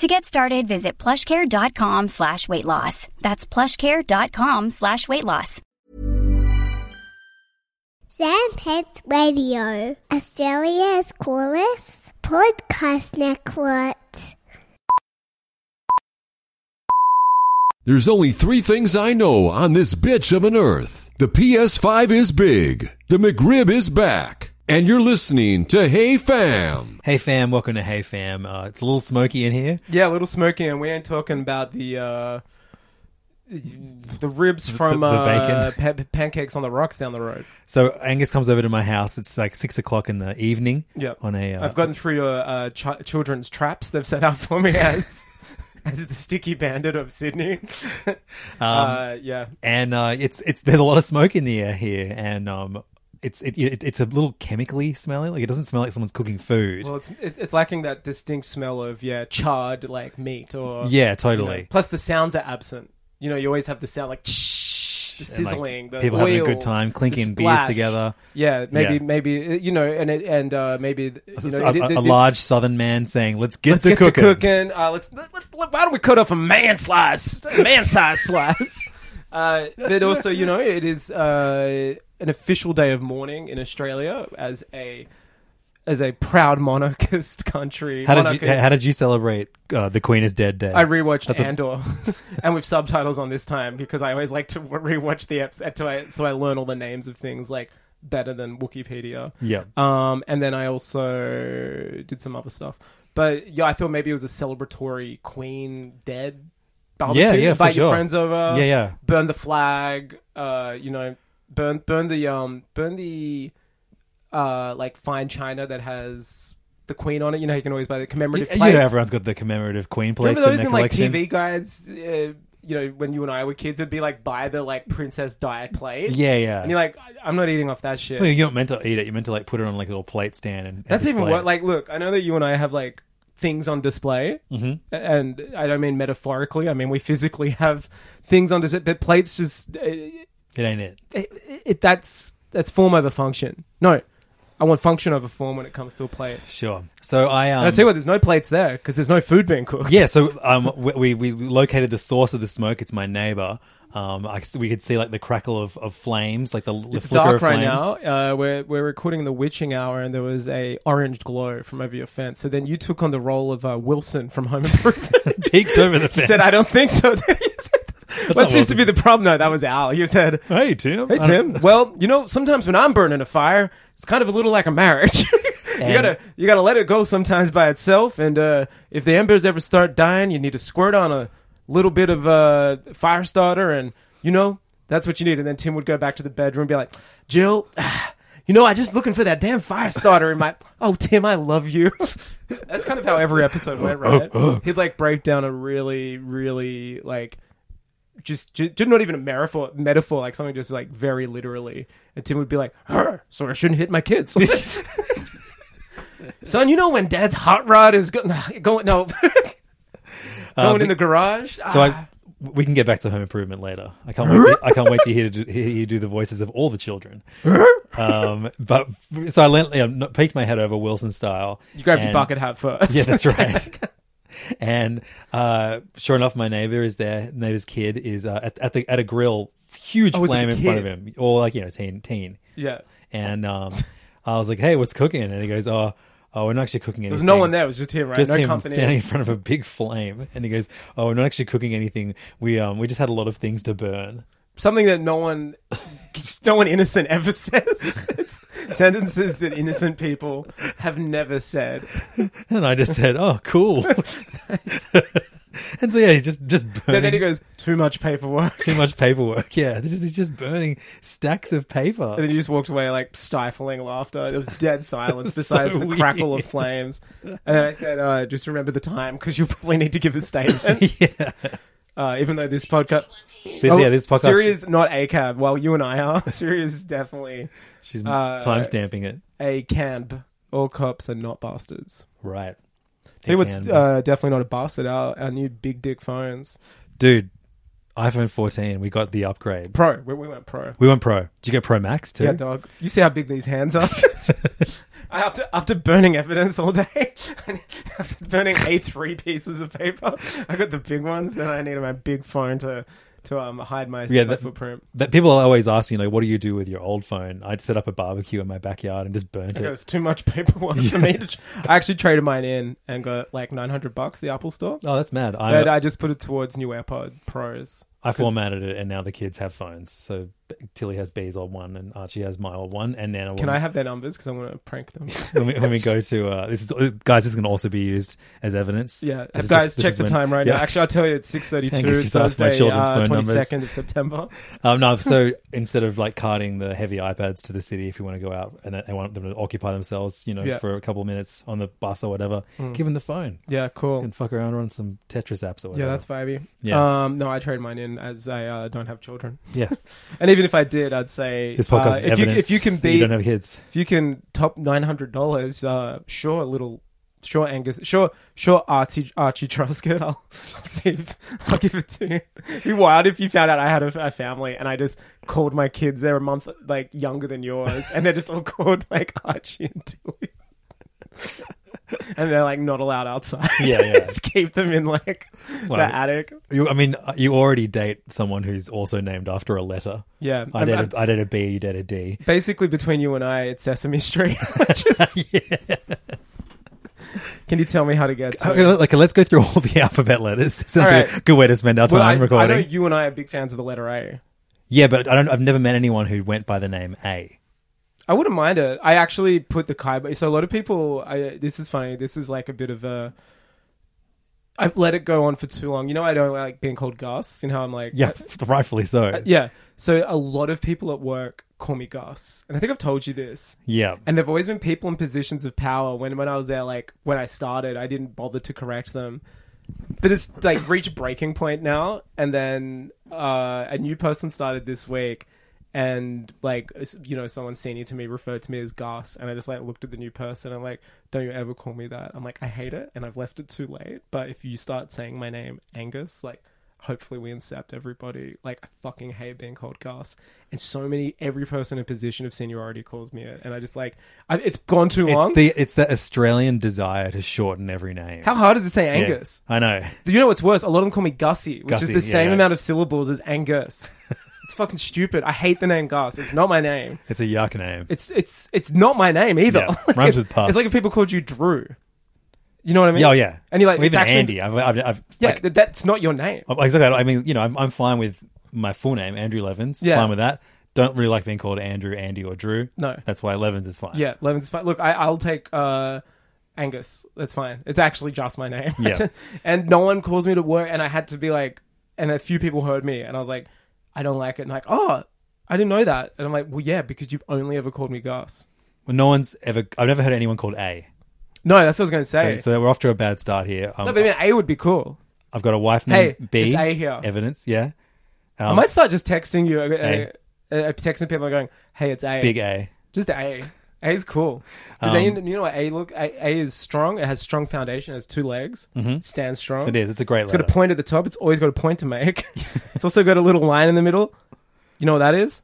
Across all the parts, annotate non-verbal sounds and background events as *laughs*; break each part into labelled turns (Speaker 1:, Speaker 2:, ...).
Speaker 1: To get started, visit plushcare.com slash weight loss. That's plushcare.com slash weight loss.
Speaker 2: Sam Pets Radio, Australia's coolest podcast network.
Speaker 3: There's only three things I know on this bitch of an earth. The PS5 is big. The McRib is back. And you're listening to Hey Fam.
Speaker 4: Hey fam, welcome to Hey Fam. Uh, it's a little smoky in here.
Speaker 5: Yeah, a little smoky, and we ain't talking about the uh, the ribs from
Speaker 4: the
Speaker 5: uh,
Speaker 4: bacon.
Speaker 5: pa- pancakes on the rocks down the road.
Speaker 4: So Angus comes over to my house. It's like six o'clock in the evening.
Speaker 5: Yeah,
Speaker 4: On a, uh,
Speaker 5: I've gotten through uh, uh, chi- children's traps they've set up for me *laughs* as as the sticky bandit of Sydney. *laughs* uh, yeah,
Speaker 4: and uh, it's it's there's a lot of smoke in the air here, and um, it's it, it it's a little chemically smelly. Like it doesn't smell like someone's cooking food.
Speaker 5: well, it's it, it's lacking that distinct smell of yeah charred like meat or
Speaker 4: yeah,
Speaker 5: you know.
Speaker 4: totally.
Speaker 5: Plus, the sounds are absent. You know, you always have the sound like. The
Speaker 4: And, like,
Speaker 5: sizzling, the
Speaker 4: people having a
Speaker 5: oil,
Speaker 4: good time,
Speaker 5: the
Speaker 4: clinking beers
Speaker 5: splash.
Speaker 4: together.
Speaker 5: Yeah, maybe,
Speaker 4: Yeah.
Speaker 5: maybe uh, you know, and it, and uh, maybe you know,
Speaker 4: a,
Speaker 5: it-
Speaker 4: a-
Speaker 5: it-
Speaker 4: a
Speaker 5: it-
Speaker 4: large Southern man saying, "Let's get
Speaker 5: Let's
Speaker 4: to
Speaker 5: get
Speaker 4: cooking."
Speaker 5: to cooking. Uh, let's let, let- let- why don't we cut off a man slice, a man size
Speaker 4: *laughs*
Speaker 5: slice. Uh, but also, you know, it is uh, an official day of mourning in Australia as a as a proud monarchist country.
Speaker 4: How did you
Speaker 5: Monarchy-
Speaker 4: How did you celebrate uh, the Queen is Dead Day?
Speaker 5: I rewatched
Speaker 4: That's a-
Speaker 5: Andor, *laughs* and with subtitles on this time because I always like to *laughs* rewatch the eps to I, so I learn all the names of things like better than Wikipedia.
Speaker 4: yeah.
Speaker 5: Um, and then I also did some other stuff. But yeah, I thought maybe it was a celebratory Queen dead barbecue.
Speaker 4: Yeah, yeah, for
Speaker 5: Invite your
Speaker 4: sure.
Speaker 5: friends over.
Speaker 4: Yeah, yeah.
Speaker 5: Burn the flag. Uh, you know, burn burn the um burn the uh like fine china that has the Queen on it. You know, you can always buy the
Speaker 4: You,
Speaker 5: commemorative.
Speaker 4: you
Speaker 5: plates.
Speaker 4: know, everyone's got the commemorative Queen plates
Speaker 5: Remember those
Speaker 4: in their
Speaker 5: in like
Speaker 4: collection.
Speaker 5: TV guides? Uh, you know, when you and I were kids, it'd be like buy the like princess diet plate.
Speaker 4: Yeah, yeah.
Speaker 5: and you're like, "I- I'm not eating off that shit.
Speaker 4: Well, you're not meant to eat it. You're meant to like put it on like a little plate stand and. and
Speaker 5: That's even
Speaker 4: display
Speaker 5: what.
Speaker 4: it.
Speaker 5: Like, look, I know that you and I have like things on display,
Speaker 4: Mm-hmm.
Speaker 5: and I don't mean metaphorically. I mean we physically have things on display. But plates just uh, it,
Speaker 4: it ain't it.
Speaker 5: it, it, that's that's form over function. No, I want function over form when it comes to a plate.
Speaker 4: Sure. So I um.
Speaker 5: And I tell you what, there's no plates there because there's no food being cooked.
Speaker 4: Yeah. So um, we, we we located the source of the smoke. It's my neighbor. Um, I, we could see like the crackle of, of flames, like the, the
Speaker 5: It's
Speaker 4: flicker
Speaker 5: dark
Speaker 4: of
Speaker 5: right
Speaker 4: flames.
Speaker 5: now. Uh, we're we're recording the witching hour, and there was a orange glow from over your fence. So then you took on the role of uh, Wilson from Home
Speaker 4: *laughs*
Speaker 5: Improvement.
Speaker 4: *laughs* Peeked over the
Speaker 5: *laughs* You
Speaker 4: fence. *laughs*
Speaker 5: said, "I don't think so." *laughs* You said-
Speaker 4: not
Speaker 5: What seems to
Speaker 4: Wilson.
Speaker 5: be the problem? No, that was Al. You said,
Speaker 4: Hey Tim.
Speaker 5: "Hey
Speaker 4: I
Speaker 5: Tim,
Speaker 4: don't-
Speaker 5: well, you know, sometimes when I'm burning a fire, it's kind of a little like a marriage. *laughs* you
Speaker 4: And-
Speaker 5: gotta you gotta let it go sometimes by itself, and uh, if the embers ever start dying, you need to squirt on a little bit of uh, fire starter, and you know that's what you need." And then Tim would go back to the bedroom, and be like, "Jill." *sighs* ah, You know, I just looking for that damn fire starter in my. *laughs* Oh, Tim, I love you. *laughs* That's kind of how every episode went, right? He'd like break down a really, really like just, ju- just not even a metaphor, metaphor, like something just like very literally. And Tim would be like, "Her, so I shouldn't hit
Speaker 4: *laughs*
Speaker 5: my kids." *laughs* Son, you know when Dad's hot rod is go- *laughs*
Speaker 4: *laughs*
Speaker 5: going no *laughs* going in the garage.
Speaker 4: Um,
Speaker 5: Ah,
Speaker 4: So I we can get back to home improvement later. I can't wait. To, I can't wait to hear, to hear you do the voices of all the
Speaker 5: *laughs*
Speaker 4: children. um, but so I lent, yeah, no- peeked my head over Wilson style.
Speaker 5: you grabbed your
Speaker 4: and-
Speaker 5: bucket hat
Speaker 4: *laughs*
Speaker 5: first.
Speaker 4: Yeah, that's right. and uh, sure enough, my neighbor is there. Neighbor's kid is uh, at, at the at a grill, huge
Speaker 5: Oh, is it
Speaker 4: flame
Speaker 5: a
Speaker 4: in front of
Speaker 5: kid?
Speaker 4: him, or like you know, teen teen.
Speaker 5: *laughs* yeah.
Speaker 4: And um, I was like, "Hey, what's cooking?" And he goes, "Oh, oh, we're not actually cooking anything."
Speaker 5: There was no one there. It was just him, right?
Speaker 4: Just
Speaker 5: no
Speaker 4: him
Speaker 5: company.
Speaker 4: standing in front of a big flame, and he goes, "Oh, we're not actually cooking anything. We um, we just had a lot of things to burn."
Speaker 5: something that no one, *laughs* no one innocent
Speaker 4: *laughs*
Speaker 5: ever says. *laughs* It's sentences that innocent people have never said.
Speaker 4: And I just said, "Oh,
Speaker 5: *laughs*
Speaker 4: cool." *laughs* and so yeah, he just just burning
Speaker 5: And then he goes, "Too much paperwork."
Speaker 4: too much paperwork. Yeah, this is he's just burning stacks of paper.
Speaker 5: And then he just walked away, like stifling laughter. There was
Speaker 4: *laughs*
Speaker 5: dead silence
Speaker 4: So
Speaker 5: besides the crackle of
Speaker 4: weird.
Speaker 5: flames. And then I said, uh, just remember the time because you'll probably need to give a
Speaker 4: *laughs*
Speaker 5: statement.
Speaker 4: yeah,
Speaker 5: uh, even though this podcast. oh,
Speaker 4: this yeah this podcast.
Speaker 5: Siri is not ACAB. Well, you and I are. *laughs* Siri is definitely
Speaker 4: She's
Speaker 5: uh,
Speaker 4: time stamping it
Speaker 5: a camp. All cops are not bastards.
Speaker 4: right.
Speaker 5: Tell you what's
Speaker 4: Decan.
Speaker 5: uh, definitely not a bastard. Our, our new big dick phones.
Speaker 4: dude, iPhone 14. We got the upgrade.
Speaker 5: Pro. We, we went pro.
Speaker 4: We went Pro. Did you get Pro Max too?
Speaker 5: Yeah, dog. You see how big these hands
Speaker 4: *laughs*
Speaker 5: are? I have to, after burning evidence all day, *laughs* after burning A3 pieces of paper, I got the big ones. Then I needed my big phone to to um, hide my
Speaker 4: Yeah,
Speaker 5: my
Speaker 4: that-
Speaker 5: footprint.
Speaker 4: That people always ask me, like, what do you do with your old phone? I'd set up a barbecue in my backyard and just burnt
Speaker 5: It
Speaker 4: it.
Speaker 5: was too much paperwork for me. To tr- I actually traded mine in and got like 900 bucks the Apple store.
Speaker 4: Oh, that's mad. I,
Speaker 5: But I just put it towards new AirPod Pros.
Speaker 4: I formatted it, and now the kids have phones. So B- Tilly has B's old one, and Archie has my old one. And then
Speaker 5: Can I have their numbers? Because I want to prank them.
Speaker 4: *laughs* when we, when we go to uh, this is, guys, this is going to also be used as evidence.
Speaker 5: *laughs* Yeah,
Speaker 4: This is
Speaker 5: guys,
Speaker 4: this
Speaker 5: check
Speaker 4: is
Speaker 5: the
Speaker 4: when-
Speaker 5: time right now.
Speaker 4: yeah.
Speaker 5: Actually, I'll tell you, it's six thirty-two.
Speaker 4: Angus just asked my
Speaker 5: Thursday,
Speaker 4: children's
Speaker 5: uh,
Speaker 4: phone numbers.
Speaker 5: twenty-second of September.
Speaker 4: Um, no, so *laughs* instead of like carting the heavy iPads to the city, if you want to go out and I want them to occupy themselves, you know,
Speaker 5: Yeah.
Speaker 4: for a couple of minutes on the bus or whatever, give them the phone
Speaker 5: Yeah, cool.
Speaker 4: and fuck around on some Tetris apps or
Speaker 5: Yeah,
Speaker 4: whatever.
Speaker 5: that's vibey.
Speaker 4: Yeah.
Speaker 5: Um, no, I trade mine in as I uh, don't have children, *laughs*
Speaker 4: yeah.
Speaker 5: and even if I did, I'd say
Speaker 4: This podcast
Speaker 5: uh,
Speaker 4: is
Speaker 5: if you
Speaker 4: evidence
Speaker 5: if you can
Speaker 4: that you
Speaker 5: beat
Speaker 4: don't have
Speaker 5: *laughs*
Speaker 4: kids.
Speaker 5: if you can top nine hundred dollars, uh, sure, little. Sure, Angus. Sure, sure, Archie, Archie Truscott. *laughs* I'll, I'll see if I'll give it to you. It'd be wild if you found out I had a, a family and I just called my kids. They're a month like younger than yours, and they're just all *laughs* called like Archie and Tilly, *laughs* and they're like not allowed outside. *laughs*
Speaker 4: Yeah, yeah.
Speaker 5: just keep them in like the
Speaker 4: Well,
Speaker 5: attic.
Speaker 4: You, I mean, uh, you already date someone who's also named after a letter.
Speaker 5: Yeah,
Speaker 4: I
Speaker 5: I'm-
Speaker 4: did.
Speaker 5: I'm-
Speaker 4: A, I did a B. You did a D.
Speaker 5: basically between you and I, it's Sesame Street. *laughs* Just,
Speaker 4: *laughs*
Speaker 5: Can you tell me how to get to?
Speaker 4: Okay, *laughs*
Speaker 5: it?
Speaker 4: like, let's go through all the *laughs* alphabet letters. Sounds
Speaker 5: All
Speaker 4: like a
Speaker 5: right.
Speaker 4: good way to spend our time
Speaker 5: Well, I, I know
Speaker 4: recording.
Speaker 5: you and I are big fans of the letter A.
Speaker 4: yeah, but I don't. I've never met anyone who went by the name A.
Speaker 5: I wouldn't mind it. I actually put the Kaiba. So a lot of people. I, this is funny. This is like a bit of a. I've let it go on for too long. You know, I don't like being called Gus. You know, I'm like
Speaker 4: Yeah, *laughs* rightfully so.
Speaker 5: Uh, yeah. So a lot of people at work call me Gus, and I think I've told you this.
Speaker 4: yeah.
Speaker 5: And there've always been people in positions of power. When when I was there, like when I started, I didn't bother to correct them. But it's like reached breaking point now. And then uh, a new person started this week, and like s- you know, someone senior to me referred to me as Gus, and I just like looked at the new person. and I'm like, don't you ever call me that. I'm like, I hate it, and I've left it too late. But if you start saying my name, Angus, like. Hopefully we incept everybody. Like I fucking hate being called Gus, and so many every person in position of seniority calls me it, and I just like I, it's gone too long.
Speaker 4: It's the it's the Australian desire to shorten every name.
Speaker 5: How hard is it to say
Speaker 4: Yeah.
Speaker 5: Angus?
Speaker 4: I know. *laughs*
Speaker 5: Do you know what's worse? A lot of them call me Gussie, which
Speaker 4: Gussie,
Speaker 5: is the same
Speaker 4: yeah.
Speaker 5: amount of syllables as
Speaker 4: *laughs*
Speaker 5: Angus. it's fucking stupid. I hate the name Gus. It's not my name.
Speaker 4: It's a yuck name.
Speaker 5: It's it's it's not my name either.
Speaker 4: Yeah, rhymes
Speaker 5: it-
Speaker 4: with pus.
Speaker 5: It's *laughs* like if people called you Drew. You know what I mean?
Speaker 4: Yeah, oh, yeah.
Speaker 5: And you're like,
Speaker 4: Or
Speaker 5: it's
Speaker 4: even
Speaker 5: actually-
Speaker 4: Andy. I've, I've, I've
Speaker 5: Yeah,
Speaker 4: like, Oh.
Speaker 5: th- that's not your name.
Speaker 4: I've- exactly. I mean, you know, I'm, I'm fine with my full name, Andrew Levins.
Speaker 5: Yeah.
Speaker 4: Fine with that. Don't really like being called Andrew, Andy, or Drew.
Speaker 5: No.
Speaker 4: That's why Levins is fine.
Speaker 5: Yeah, Levin's fine. Look, I, I'll take uh, Angus. That's fine. It's actually just my name.
Speaker 4: Yeah.
Speaker 5: *laughs* and no one calls me to work, and I had to be like, and a few people heard me, and I was like, I don't like it. And like, oh, I didn't know that. And I'm like, well, yeah, because you've only ever called me Gus.
Speaker 4: Well, no one's ever. I've never heard anyone called A.
Speaker 5: No, that's what I was going to
Speaker 4: So,
Speaker 5: say.
Speaker 4: so we're off to a bad start here. Um,
Speaker 5: no, but I mean, A would be cool.
Speaker 4: I've got a wife named
Speaker 5: Hey,
Speaker 4: B.
Speaker 5: it's A here.
Speaker 4: Evidence. Yeah.
Speaker 5: I
Speaker 4: Um,
Speaker 5: might start just texting you, uh,
Speaker 4: A.
Speaker 5: uh, uh, texting people and going, hey, it's A.
Speaker 4: Big A. Um,
Speaker 5: Just A. A is cool. 'Cause A, you know what A look? A, A is strong. It has strong foundation. It has two legs. It stands strong.
Speaker 4: Mm-hmm. It is. It's a great
Speaker 5: It's
Speaker 4: letter.
Speaker 5: got a point at the top. It's always got a point
Speaker 4: *laughs*
Speaker 5: to make. it's also got a little line in the middle. You know what that is?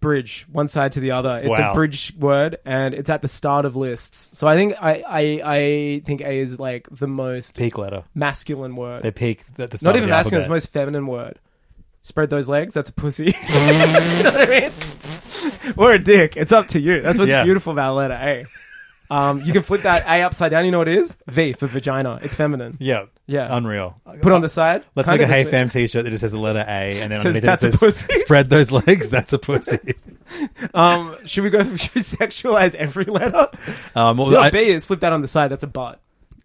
Speaker 5: Bridge, one side to the other. It's
Speaker 4: Wow.
Speaker 5: a bridge word, and it's at the start of lists. So I think I I, I think A is like the most
Speaker 4: Peak letter.
Speaker 5: masculine word.
Speaker 4: They peak at the
Speaker 5: Not
Speaker 4: start of
Speaker 5: even
Speaker 4: the
Speaker 5: masculine. It's
Speaker 4: alphabet.
Speaker 5: the most feminine word. Spread those legs. That's a pussy. *laughs* you
Speaker 4: Mm.
Speaker 5: know what I mean? Or a dick. It's up to you. That's what's
Speaker 4: Yeah.
Speaker 5: beautiful about letter A. Um, you can flip that A upside down. You know what it is? V for vagina. It's feminine.
Speaker 4: Yeah.
Speaker 5: Yeah.
Speaker 4: Unreal.
Speaker 5: Put on the side.
Speaker 4: Let's
Speaker 5: Kinda
Speaker 4: make a Hey
Speaker 5: the
Speaker 4: Fam t shirt that just has the letter A and then
Speaker 5: Says,
Speaker 4: underneath
Speaker 5: "That's a
Speaker 4: it it says,
Speaker 5: pussy." *laughs*
Speaker 4: spread those legs, that's a pussy.
Speaker 5: same- Um, should we go? *laughs* Should we sexualize every letter?
Speaker 4: Um, or,
Speaker 5: No,
Speaker 4: I-
Speaker 5: B is flipped out on the side. That's a butt.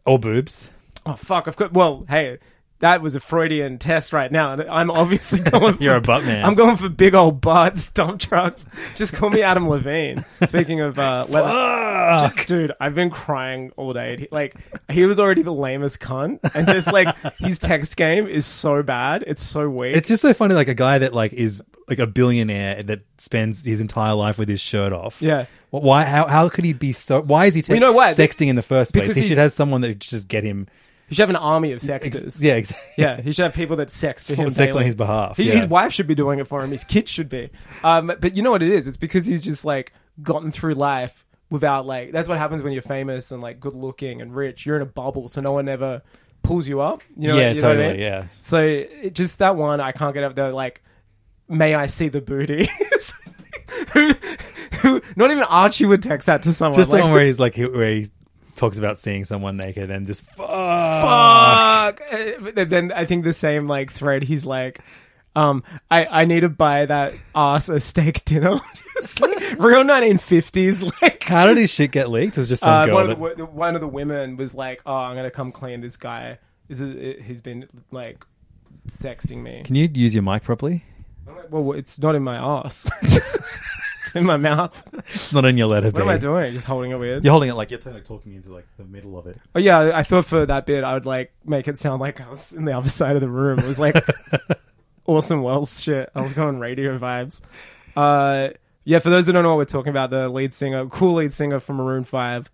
Speaker 4: or boobs.
Speaker 5: Oh fuck! Of course. Well, hey, that was a Freudian test right now. and I'm
Speaker 4: *laughs*
Speaker 5: obviously going. For,
Speaker 4: You're a butt man.
Speaker 5: I'm going for big old butts, dump trucks. Just call me Adam Levine. Speaking of uh, leather,
Speaker 4: Fuck.
Speaker 5: dude, I've been crying all day. He- Like he was already the lamest cunt, and just like his text game is so bad. It's so weak.
Speaker 4: It's just so funny, like a guy that like is like a billionaire that spends his entire life with his shirt off.
Speaker 5: Yeah.
Speaker 4: Wh- Why? How? How could he be so? Why is he? Te-
Speaker 5: you know why?
Speaker 4: Sexting in the first place.
Speaker 5: Because
Speaker 4: He
Speaker 5: he-
Speaker 4: should have someone that could just get him.
Speaker 5: he should have an army of
Speaker 4: ex-
Speaker 5: sexters.
Speaker 4: yeah. Exactly.
Speaker 5: *laughs*
Speaker 4: *laughs*
Speaker 5: Yeah, he should have people that sex to him.
Speaker 4: Sex on
Speaker 5: daily.
Speaker 4: his behalf,
Speaker 5: He-
Speaker 4: yeah.
Speaker 5: His wife should be doing it for him. His kids should be. Um, but you know what it is? It's because he's just like gotten through life without like. That's what happens when you're famous and like good looking and rich. You're in a bubble, so no one ever pulls you up. You know,
Speaker 4: Yeah,
Speaker 5: you know what I
Speaker 4: totally,
Speaker 5: mean?
Speaker 4: yeah.
Speaker 5: So it, just that one, I can't get up there. Like, may I see the booty? *laughs* who, who? Not even Archie would text that to someone.
Speaker 4: Just the
Speaker 5: like,
Speaker 4: one where he's like he- where he talks about seeing someone naked and just fuck.
Speaker 5: *laughs* fuck. Uh, but then I think the same like thread. He's like, um, I I need to buy that ass a steak dinner. *laughs* Just like real 1950s. Like
Speaker 4: How did his shit get leaked? It was just some
Speaker 5: uh,
Speaker 4: girl.
Speaker 5: one of the
Speaker 4: that-
Speaker 5: wo- the, one of the women was like, oh, I'm gonna come clean. This guy is a, he's been like sexting me.
Speaker 4: Can you use your mic properly?
Speaker 5: I'm like, well, it's not in my ass. *laughs* it's in my mouth.
Speaker 4: It's not in your letter.
Speaker 5: What am I doing? Just holding it weird.
Speaker 4: You're holding it like you're kind of talking into like the middle of it.
Speaker 5: Oh yeah, I I thought for that bit I would like make it sound like I was in the other side of the room. It was like Orson Welles shit. I was going radio vibes. Uh, yeah, for those that don't know what we're talking about, the lead singer, cool lead singer from Maroon Five,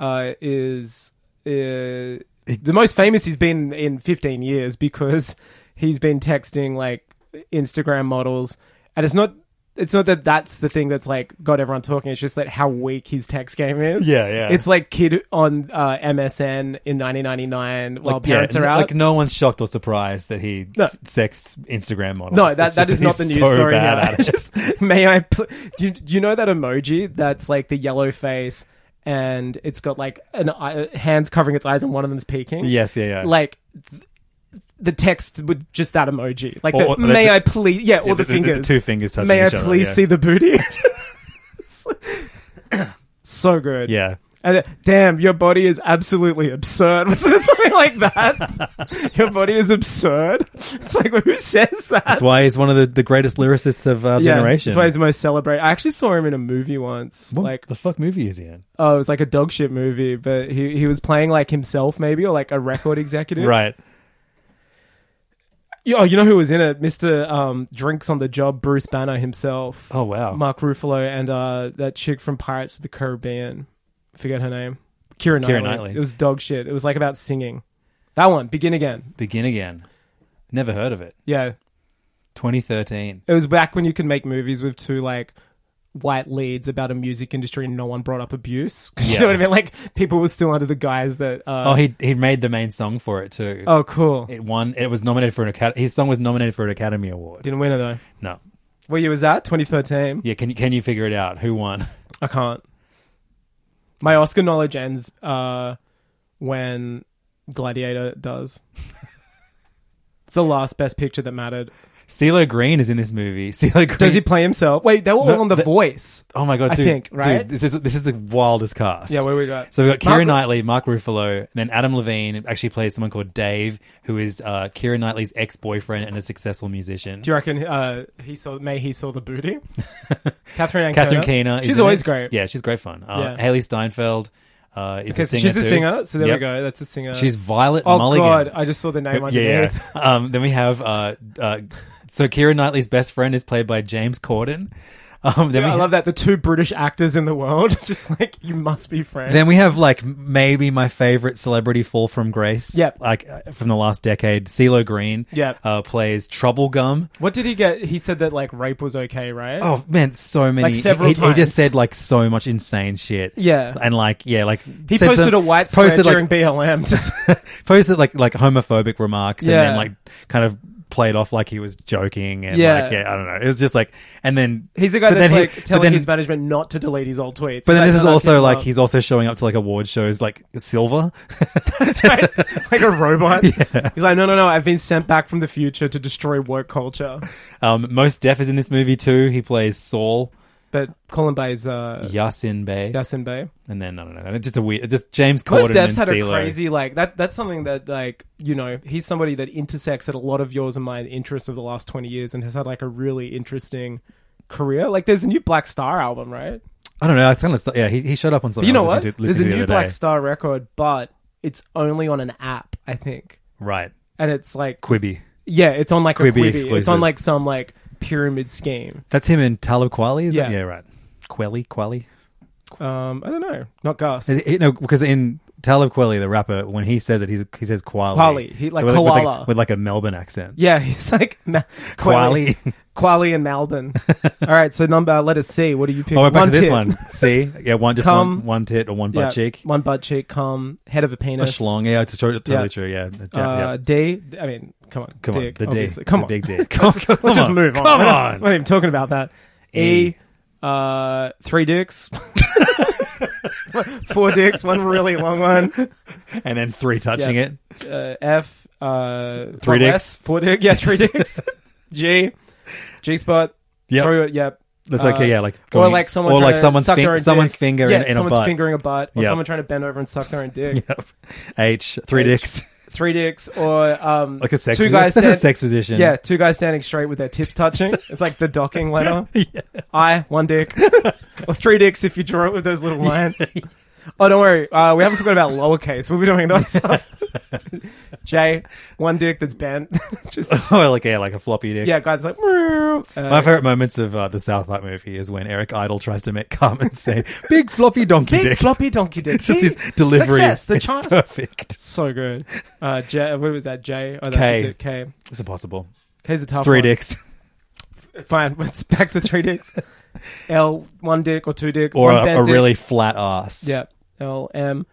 Speaker 5: uh, is uh, the most famous he's been in 15 years because he's been texting like Instagram models, and it's not. It's not that that's the thing that's like got everyone talking. It's just that how weak his text game is.
Speaker 4: Yeah, yeah.
Speaker 5: It's like kid on uh, MSN in 1999 while
Speaker 4: yeah,
Speaker 5: parents
Speaker 4: n-
Speaker 5: are out.
Speaker 4: Like no one's shocked or surprised that he
Speaker 5: No.
Speaker 4: s- sexts Instagram models.
Speaker 5: no,
Speaker 4: It's
Speaker 5: that,
Speaker 4: just
Speaker 5: that is not the
Speaker 4: he's
Speaker 5: news
Speaker 4: so
Speaker 5: story.
Speaker 4: bad
Speaker 5: now.
Speaker 4: at it.
Speaker 5: *laughs* Just, may I? Pl- do, you, do you know that emoji that's like the yellow face and it's got like an eye, hands covering its eyes and one of them's peeking?
Speaker 4: Yes, yeah, yeah.
Speaker 5: Like th- the text with just that emoji, like
Speaker 4: Or-
Speaker 5: the,
Speaker 4: or the-
Speaker 5: may
Speaker 4: the-
Speaker 5: I please? Yeah, or
Speaker 4: Yeah,
Speaker 5: the, fingers.
Speaker 4: two fingers touching
Speaker 5: may I
Speaker 4: each other,
Speaker 5: please
Speaker 4: yeah.
Speaker 5: see the booty?
Speaker 4: *laughs*
Speaker 5: *coughs* so good.
Speaker 4: Yeah.
Speaker 5: And uh, damn, your body is absolutely absurd. *laughs* Was it something
Speaker 4: *laughs*
Speaker 5: like that? your body is absurd. It's like who says that?
Speaker 4: That's why he's one of the, the greatest lyricists of our generation.
Speaker 5: That's why he's the most celebrated. I actually saw him in a movie once.
Speaker 4: what
Speaker 5: Like
Speaker 4: the fuck movie is he in?
Speaker 5: oh, it was like a dog shit movie, but he he was playing like himself maybe or like a record executive.
Speaker 4: Right.
Speaker 5: You- Oh, you know who was in it? Mr. Um, Drinks on the Job, Bruce Banner himself.
Speaker 4: Oh wow.
Speaker 5: Mark Ruffalo and uh, that chick from Pirates of the Caribbean. Forget her name. Kira Knightley.
Speaker 4: Keira Knightley.
Speaker 5: It was dog shit. It was like about singing. That one, Begin Again.
Speaker 4: Begin again. Never heard of it.
Speaker 5: Yeah.
Speaker 4: 2013.
Speaker 5: It was back when you could make movies with two like white leads about a music industry and no one brought up abuse. *laughs* 'Cause You
Speaker 4: Yeah.
Speaker 5: know what I mean? Like people were still under the guise that uh,
Speaker 4: Oh, he he made the main song for it too.
Speaker 5: oh cool.
Speaker 4: It won. It was nominated for an academy. His song was nominated for an Academy Award.
Speaker 5: Didn't win it though.
Speaker 4: No.
Speaker 5: What year was that? 2013.
Speaker 4: Yeah. Can you can you figure it out? Who won?
Speaker 5: I can't. My Oscar knowledge ends uh, when Gladiator does. *laughs* it's the last best picture that mattered.
Speaker 4: CeeLo Green is in this movie. *laughs* CeeLo Green.
Speaker 5: Does he play himself? Wait, they were all
Speaker 4: No,
Speaker 5: on The
Speaker 4: the-
Speaker 5: Voice.
Speaker 4: Oh my god,
Speaker 5: I
Speaker 4: dude,
Speaker 5: think, right?
Speaker 4: dude, this is this is the wildest cast.
Speaker 5: Yeah, what we got?
Speaker 4: So we got
Speaker 5: Mark
Speaker 4: Kira
Speaker 5: Ru-
Speaker 4: Knightley, Mark Ruffalo, and then Adam Levine actually plays someone called Dave, who is uh, Kira Knightley's ex boyfriend and a successful musician.
Speaker 5: Do you reckon uh, he saw? May he saw the booty?
Speaker 4: *laughs*
Speaker 5: Catherine Ancona.
Speaker 4: Catherine Keener,
Speaker 5: She's always great.
Speaker 4: Yeah, she's great fun. Uh,
Speaker 5: Yeah.
Speaker 4: Haley Steinfeld uh, is
Speaker 5: Okay,
Speaker 4: a
Speaker 5: so
Speaker 4: singer.
Speaker 5: she's a
Speaker 4: too.
Speaker 5: singer. So there
Speaker 4: Yep.
Speaker 5: we go. That's a singer.
Speaker 4: *laughs* She's Violet
Speaker 5: oh
Speaker 4: Mulligan.
Speaker 5: god, I just saw the name
Speaker 4: Yeah,
Speaker 5: underneath.
Speaker 4: yeah. *laughs*
Speaker 5: *laughs*
Speaker 4: Um, then we have uh, uh, so Kira Knightley's best friend is played by James Corden. *laughs* Um, then
Speaker 5: I
Speaker 4: we
Speaker 5: love that the two British actors in the world *laughs* just like you must be friends.
Speaker 4: Then we have like maybe my favorite celebrity fall from grace.
Speaker 5: Yep.
Speaker 4: Like uh, from the last decade, CeeLo Green.
Speaker 5: Yep.
Speaker 4: Uh, plays Trouble Gum.
Speaker 5: what did he get? He said that like rape was okay, right?
Speaker 4: Oh man, so many.
Speaker 5: Like, several
Speaker 4: he, he- he
Speaker 5: times.
Speaker 4: just said like so much insane shit.
Speaker 5: Yeah.
Speaker 4: And like yeah, like
Speaker 5: he
Speaker 4: said
Speaker 5: posted
Speaker 4: some-
Speaker 5: a white square
Speaker 4: posted like *laughs*
Speaker 5: during BLM. Just-
Speaker 4: posted like like homophobic remarks
Speaker 5: Yeah.
Speaker 4: and then like kind of played off like he was joking and
Speaker 5: Yeah.
Speaker 4: like yeah, I don't know. It was just like and then
Speaker 5: *laughs* He's the guy
Speaker 4: but then
Speaker 5: that's
Speaker 4: he-
Speaker 5: like
Speaker 4: but
Speaker 5: telling
Speaker 4: then-
Speaker 5: his management not to delete his old tweets.
Speaker 4: But then
Speaker 5: That's
Speaker 4: this is
Speaker 5: how that
Speaker 4: also
Speaker 5: came
Speaker 4: like
Speaker 5: up. *laughs*
Speaker 4: he's also showing up to like award shows like silver.
Speaker 5: like a
Speaker 4: *laughs*
Speaker 5: robot. He's like, no, no, no. I've been sent back from the future to destroy
Speaker 4: *laughs*
Speaker 5: work culture.
Speaker 4: um, most deaf is in this movie too. He plays Saul
Speaker 5: But Colin Bay's uh,
Speaker 4: Yasin Bey,
Speaker 5: Yasin Bay.
Speaker 4: and then I don't know. It's just a weird. Just James
Speaker 5: Most
Speaker 4: Corden and
Speaker 5: devs had a
Speaker 4: CeeLo.
Speaker 5: crazy like that. That's something that like you know he's somebody that intersects at a lot of yours and mine interests of the last twenty years and has had like a really interesting career. Like there's a new Black Star album, right?
Speaker 4: I don't know. It's kind of yeah. He, he showed up on
Speaker 5: But
Speaker 4: something.
Speaker 5: you know
Speaker 4: I was
Speaker 5: what?
Speaker 4: listening to-
Speaker 5: There's a
Speaker 4: listening to the
Speaker 5: new
Speaker 4: other
Speaker 5: Black
Speaker 4: day.
Speaker 5: Star record, but it's only on an app, I think.
Speaker 4: Right,
Speaker 5: And it's like
Speaker 4: Quibby.
Speaker 5: yeah, it's on like
Speaker 4: Quibi
Speaker 5: a Quibi. It's
Speaker 4: exclusive.
Speaker 5: on like some like pyramid scheme.
Speaker 4: That's him in Talib Kweli, is
Speaker 5: Yeah.
Speaker 4: it? Yeah, right. Kweli, Kweli.
Speaker 5: Um, I don't know, not Gus.
Speaker 4: Is it- You know, because in Talib Kweli, the rapper, when he says it, he's, he says Kweli.
Speaker 5: Kweli. He- like
Speaker 4: with, With
Speaker 5: koala.
Speaker 4: like, with like a Melbourne accent.
Speaker 5: Yeah, *laughs* he's like Ma-
Speaker 4: Quali.
Speaker 5: *laughs*
Speaker 4: *laughs*
Speaker 5: Quali and Malbin. All right, so number uh, letter C. What do you pick?
Speaker 4: Oh, we're back to this
Speaker 5: tit.
Speaker 4: one. See, yeah, one just
Speaker 5: Cum.
Speaker 4: one, one tit or one butt
Speaker 5: Yeah,
Speaker 4: cheek,
Speaker 5: One butt cheek. Cum. Head of a
Speaker 4: a
Speaker 5: penis.
Speaker 4: schlong. Yeah, it's totally, totally
Speaker 5: Yeah.
Speaker 4: true. Yeah, A jab,
Speaker 5: Uh,
Speaker 4: yeah.
Speaker 5: D. I mean, come on.
Speaker 4: Come
Speaker 5: dick,
Speaker 4: on, the
Speaker 5: obviously.
Speaker 4: dick.
Speaker 5: Come
Speaker 4: the
Speaker 5: on.
Speaker 4: Big
Speaker 5: *laughs*
Speaker 4: dick. Come, come
Speaker 5: Let's just move on.
Speaker 4: Come
Speaker 5: We're not-
Speaker 4: on.
Speaker 5: We're not even talking about that. E.
Speaker 4: E.
Speaker 5: Uh, three dicks. *laughs* Four dicks. One really long one.
Speaker 4: And then three touching
Speaker 5: Yeah.
Speaker 4: it.
Speaker 5: uh, F, uh,
Speaker 4: Three
Speaker 5: one
Speaker 4: dicks.
Speaker 5: less, four dick, yeah, three dicks. *laughs* G, G spot.
Speaker 4: Yep.
Speaker 5: Sorry, yep.
Speaker 4: That's like
Speaker 5: Uh,
Speaker 4: yeah, like
Speaker 5: or
Speaker 4: going-
Speaker 5: like someone
Speaker 4: or
Speaker 5: trying
Speaker 4: like
Speaker 5: to
Speaker 4: someone's
Speaker 5: suck
Speaker 4: fin-
Speaker 5: their own
Speaker 4: someone's
Speaker 5: dick.
Speaker 4: finger
Speaker 5: yeah,
Speaker 4: in, in a
Speaker 5: someone's
Speaker 4: butt.
Speaker 5: fingering a butt, or
Speaker 4: Yep.
Speaker 5: someone trying to bend over and suck their own dick.
Speaker 4: *laughs* Yep. H three dicks.
Speaker 5: Three dicks, or um,
Speaker 4: Like a sex.
Speaker 5: two
Speaker 4: position. *laughs*
Speaker 5: guys.
Speaker 4: That's a
Speaker 5: stand-
Speaker 4: sex position.
Speaker 5: Yeah, two guys standing straight with their tips
Speaker 4: *laughs*
Speaker 5: touching. it's like the docking letter. I one dick, or three dicks if you draw it with those little lines.
Speaker 4: *laughs*
Speaker 5: Oh, don't worry. Uh, we haven't forgotten about lowercase. We'll be doing those.
Speaker 4: *laughs*
Speaker 5: *laughs* J, one dick that's bent. *laughs* Just
Speaker 4: *laughs* oh, like yeah, like a floppy dick.
Speaker 5: yeah, guys like. "Meow." Uh,
Speaker 4: My favorite moments of uh, the South Park movie is when Eric Idle tries to make Carmen *laughs* say "big floppy donkey
Speaker 5: big
Speaker 4: dick."
Speaker 5: floppy donkey dick.
Speaker 4: it's *laughs* just his
Speaker 5: See?
Speaker 4: delivery.
Speaker 5: Success. The
Speaker 4: it's
Speaker 5: child.
Speaker 4: perfect.
Speaker 5: So good. Uh, J. What was that? J. Oh, that's
Speaker 4: K.
Speaker 5: a dick. K.
Speaker 4: It's impossible.
Speaker 5: K's a tough
Speaker 4: Three
Speaker 5: one. *laughs*
Speaker 4: dicks,
Speaker 5: Fine. *laughs* It's back to
Speaker 4: *laughs*
Speaker 5: three dicks. L. One dick or two dick
Speaker 4: or
Speaker 5: one
Speaker 4: a,
Speaker 5: bent
Speaker 4: a
Speaker 5: dick.
Speaker 4: really flat ass.
Speaker 5: Yeah. L M.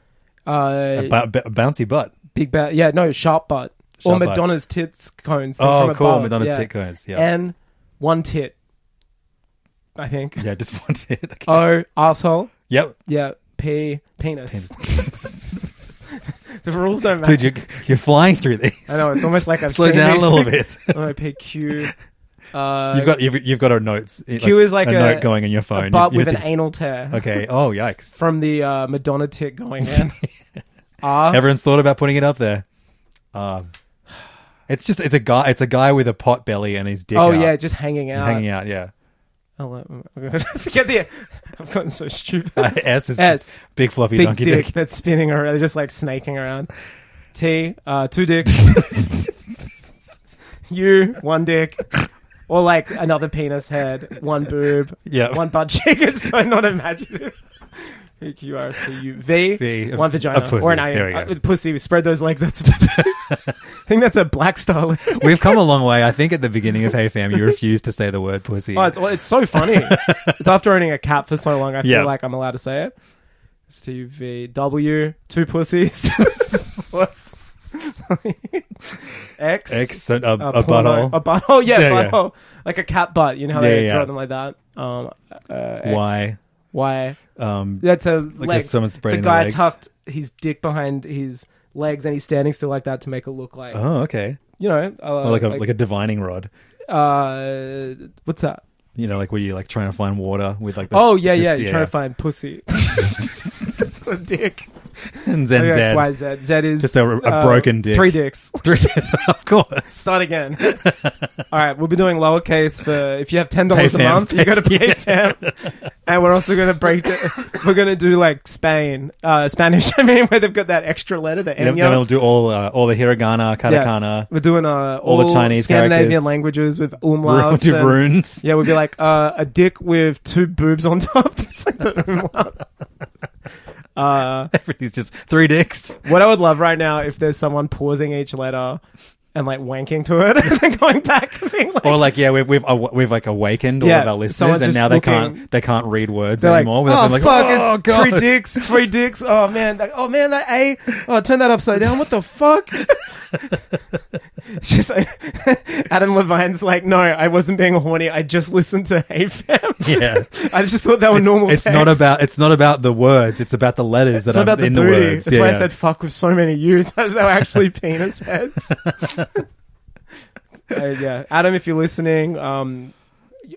Speaker 5: Uh,
Speaker 4: a, ba- a bouncy butt.
Speaker 5: big bat. Yeah. No. Sharp butt. or
Speaker 4: Sharp butt.
Speaker 5: Madonna's tits cones. they're
Speaker 4: Oh,
Speaker 5: from
Speaker 4: cool.
Speaker 5: above.
Speaker 4: Madonna's
Speaker 5: yeah.
Speaker 4: tit cones. Yeah,
Speaker 5: N. One tit. I think.
Speaker 4: yeah, just *laughs* one tit.
Speaker 5: *laughs*
Speaker 4: Okay.
Speaker 5: O. Asshole.
Speaker 4: yep.
Speaker 5: Yeah. P. Penis. *laughs* the rules don't matter.
Speaker 4: Dude, you're, you're flying through these.
Speaker 5: I know
Speaker 4: *laughs*
Speaker 5: it's almost like I've
Speaker 4: Slow
Speaker 5: seen
Speaker 4: down a
Speaker 5: these
Speaker 4: little
Speaker 5: things.
Speaker 4: bit.
Speaker 5: *laughs* I pick Q. Uh,
Speaker 4: You've got you've, you've got a notes.
Speaker 5: Q is like a,
Speaker 4: note going on your phone.
Speaker 5: a butt
Speaker 4: You- you
Speaker 5: with an
Speaker 4: have
Speaker 5: anal tear
Speaker 4: to-
Speaker 5: *laughs*
Speaker 4: okay. Oh yikes!
Speaker 5: from the uh, Madonna tick
Speaker 4: *laughs*
Speaker 5: going in. Ah. R
Speaker 4: Everyone's thought about putting it up there. Um, it's just it's a guy it's a guy with a pot belly and his dick.
Speaker 5: oh
Speaker 4: out,
Speaker 5: yeah, just hanging out.
Speaker 4: hanging out.
Speaker 5: *laughs*
Speaker 4: Yeah. *laughs*
Speaker 5: Oh, let- I'm gonna *laughs* forget the. I've gotten so stupid.
Speaker 4: Uh, S is
Speaker 5: S.
Speaker 4: just big floppy
Speaker 5: Big
Speaker 4: donkey
Speaker 5: dick,
Speaker 4: dick.
Speaker 5: that's spinning around, just like snaking around. T, uh,
Speaker 4: *laughs*
Speaker 5: two dicks. U, one dick. Or like another penis head, one boob,
Speaker 4: *laughs* Yeah. *laughs*
Speaker 5: one butt cheek. It's so not imaginative. P Q R C U V.
Speaker 4: V,
Speaker 5: one
Speaker 4: *laughs* a
Speaker 5: vagina
Speaker 4: pussy.
Speaker 5: or an
Speaker 4: There we
Speaker 5: onion.
Speaker 4: go.
Speaker 5: Uh, pussy. We spread those legs. That's. A pussy. I think that's a *laughs* black
Speaker 4: *laughs*
Speaker 5: star. leg.
Speaker 4: We've come a long way. I think at the beginning of Hey Fam, you refused to say the word pussy.
Speaker 5: Oh, it's it's so
Speaker 4: *laughs*
Speaker 5: funny. it's after owning a cat for so long. I feel
Speaker 4: Yeah.
Speaker 5: like I'm allowed to say it. It's T V W two pussies. *laughs* X
Speaker 4: X so- a,
Speaker 5: uh,
Speaker 4: a butthole.
Speaker 5: porno- A butthole. Yeah,
Speaker 4: Yeah, yeah.
Speaker 5: butthole. Like a cat butt. You know how
Speaker 4: Yeah,
Speaker 5: they
Speaker 4: yeah,
Speaker 5: draw
Speaker 4: yeah.
Speaker 5: them like that. Um, uh, X.
Speaker 4: Y.
Speaker 5: Why?
Speaker 4: Um,
Speaker 5: That's a
Speaker 4: if
Speaker 5: like
Speaker 4: someone's
Speaker 5: It's a
Speaker 4: spreading their
Speaker 5: guy
Speaker 4: legs.
Speaker 5: tucked his dick behind his legs and he's standing still like that to make it look like
Speaker 4: oh, okay.
Speaker 5: you know uh,
Speaker 4: Or like a like a divining rod.
Speaker 5: uh what's that?
Speaker 4: You know, like where you like trying to find water with like. This,
Speaker 5: Oh yeah,
Speaker 4: this-
Speaker 5: yeah. You're trying to find pussy.
Speaker 4: *laughs*
Speaker 5: A dick.
Speaker 4: and then
Speaker 5: Maybe
Speaker 4: Z.
Speaker 5: That's why Z. Z is uh,
Speaker 4: Just a- a broken dick.
Speaker 5: Three dicks.
Speaker 4: *laughs* Three- *laughs* of course.
Speaker 5: Start again. All right, we'll be doing lowercase for if you have ten dollars a
Speaker 4: Payfam.
Speaker 5: month, you go
Speaker 4: *laughs*
Speaker 5: to PayFam, and we're also going to break. The, we're going to do like Spain, uh, Spanish. *laughs* I mean, where they've got that extra letter, the
Speaker 4: And then, then
Speaker 5: N.
Speaker 4: we'll do all uh, all the hiragana, katakana.
Speaker 5: We're doing uh, all,
Speaker 4: All the Chinese
Speaker 5: Scandinavian
Speaker 4: characters.
Speaker 5: languages with
Speaker 4: ru-
Speaker 5: umlauts.
Speaker 4: do
Speaker 5: and-
Speaker 4: runes.
Speaker 5: Yeah, we'd be like uh, a dick with two boobs on top. *laughs* It's like the umlaut. Uh,
Speaker 4: *laughs* Everything's just three dicks.
Speaker 5: What I would love right now if there's someone pausing each letter and like wanking to it *laughs* and then going back and being like,
Speaker 4: Or like, yeah, we've we've, aw- we've like awakened all
Speaker 5: Yeah,
Speaker 4: of our listeners,
Speaker 5: someone's
Speaker 4: and
Speaker 5: just
Speaker 4: now they
Speaker 5: looking-
Speaker 4: can't they can't read words
Speaker 5: they're like,
Speaker 4: anymore. They're
Speaker 5: oh,
Speaker 4: like,
Speaker 5: fuck,
Speaker 4: "Oh,
Speaker 5: it's
Speaker 4: God."
Speaker 5: free dicks, free dicks. Oh man, like, oh man, that A. Oh, turn that upside down. What the fuck? *laughs* It's just like, *laughs* Adam Levine's like, no, I wasn't being horny. I just listened to Hey Fam.
Speaker 4: Yeah.
Speaker 5: *laughs* I just thought that were normal.
Speaker 4: It's not
Speaker 5: texts.
Speaker 4: about it's not about the words. It's about the letters
Speaker 5: It's
Speaker 4: that
Speaker 5: not
Speaker 4: are
Speaker 5: about the
Speaker 4: in the,
Speaker 5: booty.
Speaker 4: words.
Speaker 5: That's
Speaker 4: yeah,
Speaker 5: why I
Speaker 4: yeah.
Speaker 5: said fuck with so many *laughs* U's. Those are actually
Speaker 4: *laughs*
Speaker 5: penis heads. Uh, yeah, Adam, if you're listening, um,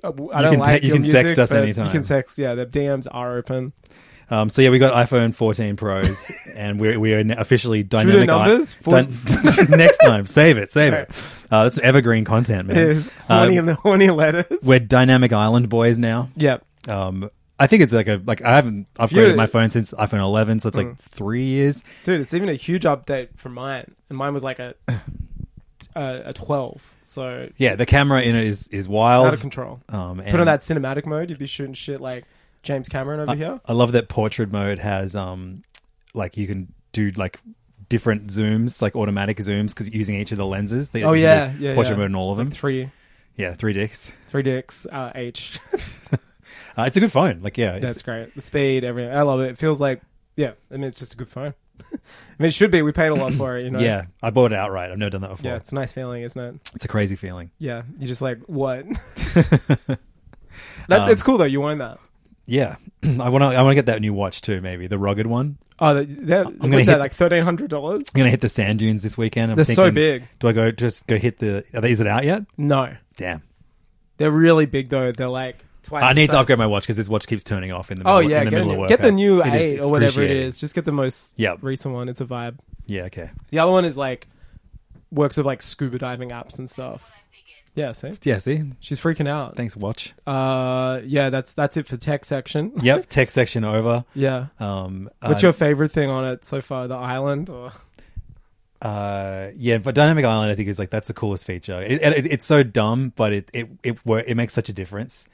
Speaker 5: I don't
Speaker 4: can
Speaker 5: like
Speaker 4: te- you can
Speaker 5: your music,
Speaker 4: sext us
Speaker 5: but
Speaker 4: anytime.
Speaker 5: You can sext. Yeah, the DMs are open.
Speaker 4: Um, so yeah, we got iPhone 14 Pros, and we're we are n-
Speaker 5: *laughs*
Speaker 4: officially
Speaker 5: we do
Speaker 4: dynamic. i-
Speaker 5: numbers? Four-
Speaker 4: dyn- *laughs* next time, save it,
Speaker 5: *laughs*
Speaker 4: save it. Uh, that's evergreen content, man.
Speaker 5: There's
Speaker 4: Uh,
Speaker 5: horny and the horny letters.
Speaker 4: *laughs* we're dynamic island boys now.
Speaker 5: Yep.
Speaker 4: Um, I think it's like a like I haven't upgraded
Speaker 5: You're- Mm.
Speaker 4: my phone since iPhone 11, so it's like three years.
Speaker 5: Dude, it's even a huge update for mine, and mine was like a a, a twelve, so
Speaker 4: Yeah, the camera in it is is wild.
Speaker 5: out of control.
Speaker 4: Um, and
Speaker 5: Put on that cinematic mode, you'd be shooting shit like James Cameron
Speaker 4: Uh,
Speaker 5: over here.
Speaker 4: I love that portrait mode has um, like you can do like different zooms, like automatic zooms, because using each of the lenses. They,
Speaker 5: Oh,
Speaker 4: you
Speaker 5: yeah,
Speaker 4: do
Speaker 5: yeah,
Speaker 4: portrait
Speaker 5: yeah.
Speaker 4: mode in all of them.
Speaker 5: Three,
Speaker 4: yeah, three dicks.
Speaker 5: three dicks, uh, H. *laughs*
Speaker 4: Uh, it's a good phone. Like yeah,
Speaker 5: That's
Speaker 4: it's,
Speaker 5: great. The speed, everything. I love it. It feels like, yeah. I mean, it's just a good phone. *laughs* I mean, it should be. We paid a lot for it, you know.
Speaker 4: yeah. I bought it outright. I've never done that before.
Speaker 5: Yeah, it's a nice feeling, isn't it?
Speaker 4: It's a crazy feeling.
Speaker 5: Yeah, you're just like,
Speaker 4: *laughs*
Speaker 5: what? *laughs* That's
Speaker 4: Um,
Speaker 5: it's cool though. You own that.
Speaker 4: Yeah, *clears throat* I want to. I want to get that new watch too. Maybe the rugged one.
Speaker 5: Oh, that, that, I'm
Speaker 4: gonna
Speaker 5: gonna that
Speaker 4: hit-
Speaker 5: like thirteen hundred dollars?
Speaker 4: I'm gonna hit the sand dunes this weekend. I'm
Speaker 5: They're
Speaker 4: thinking,
Speaker 5: so big.
Speaker 4: Do I go just go hit the? Are they, is it out yet?
Speaker 5: No,
Speaker 4: Damn.
Speaker 5: they're really big though. They're like twice.
Speaker 4: I
Speaker 5: the
Speaker 4: need to
Speaker 5: size.
Speaker 4: upgrade my watch because this watch keeps turning off in the middle,
Speaker 5: Oh yeah,
Speaker 4: in the
Speaker 5: get, a
Speaker 4: middle
Speaker 5: new-
Speaker 4: of work.
Speaker 5: get the new
Speaker 4: It's- it is
Speaker 5: eight or whatever it
Speaker 4: excruciating.
Speaker 5: is. Just get the most
Speaker 4: Yep.
Speaker 5: recent one. It's a vibe.
Speaker 4: Yeah, okay.
Speaker 5: The other one is like works with like scuba diving apps and stuff. Yeah, see,
Speaker 4: Yeah, see?
Speaker 5: she's freaking out.
Speaker 4: Thanks,
Speaker 5: *laughs*
Speaker 4: watch.
Speaker 5: Uh, yeah, that's that's it for
Speaker 4: *laughs*
Speaker 5: tech section.
Speaker 4: Yep, tech section over.
Speaker 5: yeah.
Speaker 4: Um, uh,
Speaker 5: What's your favorite thing on it so far? The island, or
Speaker 4: uh, yeah, but Dynamic Island, I think, is like that's the coolest feature. It, it, it's so dumb, but it it it, wor- it makes such a difference.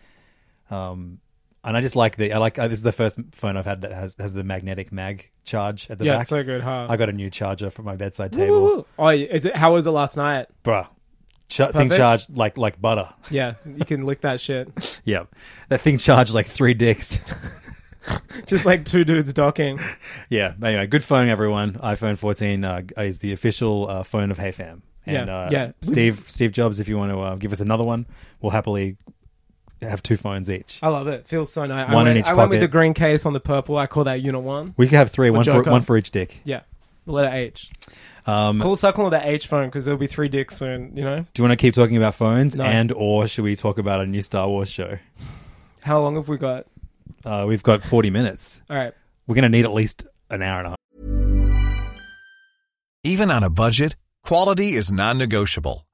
Speaker 4: Um, and I just like the I like uh, this is the first phone I've had that has has the magnetic mag charge at the
Speaker 5: yeah,
Speaker 4: back.
Speaker 5: it's so good, huh?
Speaker 4: I got a new charger for my bedside
Speaker 5: Woo,
Speaker 4: table,
Speaker 5: woo, woo. Oh, is it? How was it last night?
Speaker 4: bruh. Cha- thing
Speaker 5: Perfect.
Speaker 4: charged like like butter.
Speaker 5: Yeah, you can lick that shit.
Speaker 4: *laughs* Yeah, that thing charged like three dicks. *laughs*
Speaker 5: Just like two dudes docking.
Speaker 4: Yeah. but Anyway, good phone, everyone. iPhone 14 uh, is the official uh, phone of HeyFam. And
Speaker 5: Yeah,
Speaker 4: uh,
Speaker 5: yeah.
Speaker 4: Steve Steve Jobs, if you want to uh, give us another one, we'll happily have two phones each.
Speaker 5: I love it. Feels so nice. I,
Speaker 4: One in
Speaker 5: went,
Speaker 4: each
Speaker 5: I went with the
Speaker 4: pocket.
Speaker 5: green case on the purple. I call that unit one.
Speaker 4: We could have three, one for
Speaker 5: Joker.
Speaker 4: one for each dick.
Speaker 5: Yeah, the letter H.
Speaker 4: Um,
Speaker 5: Cool. So I call it the H phone because there'll be three dicks soon. You know,
Speaker 4: Do you want to keep talking about phones,
Speaker 5: No.
Speaker 4: and or should we talk about a new Star Wars show?
Speaker 5: how long have we got?
Speaker 4: Uh, we've got 40 minutes.
Speaker 5: All right.
Speaker 4: We're going to need at least an hour and a half.
Speaker 6: Even on a budget, quality is non-negotiable.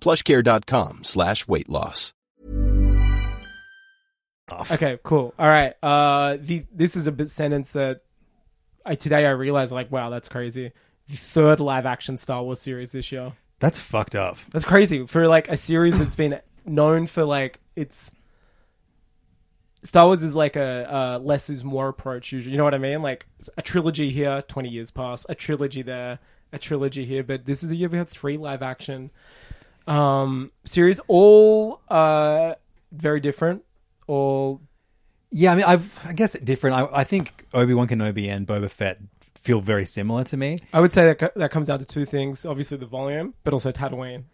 Speaker 7: Plushcare.com slash weight loss.
Speaker 5: Okay, cool. All right. Uh, the this is a bit sentence that I today I realized like, wow, that's crazy. The third live action Star Wars series this year.
Speaker 4: That's fucked up.
Speaker 5: That's crazy for like a series that's been known for like its Star Wars is like a uh, less is more approach. Usually, you know what I mean? Like a trilogy here, twenty years pass. A trilogy there, a trilogy here. But this is a year we had three live action um, series, all uh, very different. All
Speaker 4: Yeah, I mean, I've, I guess different. I, I think Obi Wan Kenobi and Boba Fett feel very similar to me.
Speaker 5: I would say that co- that comes down to two things: obviously the volume, but also Tatooine.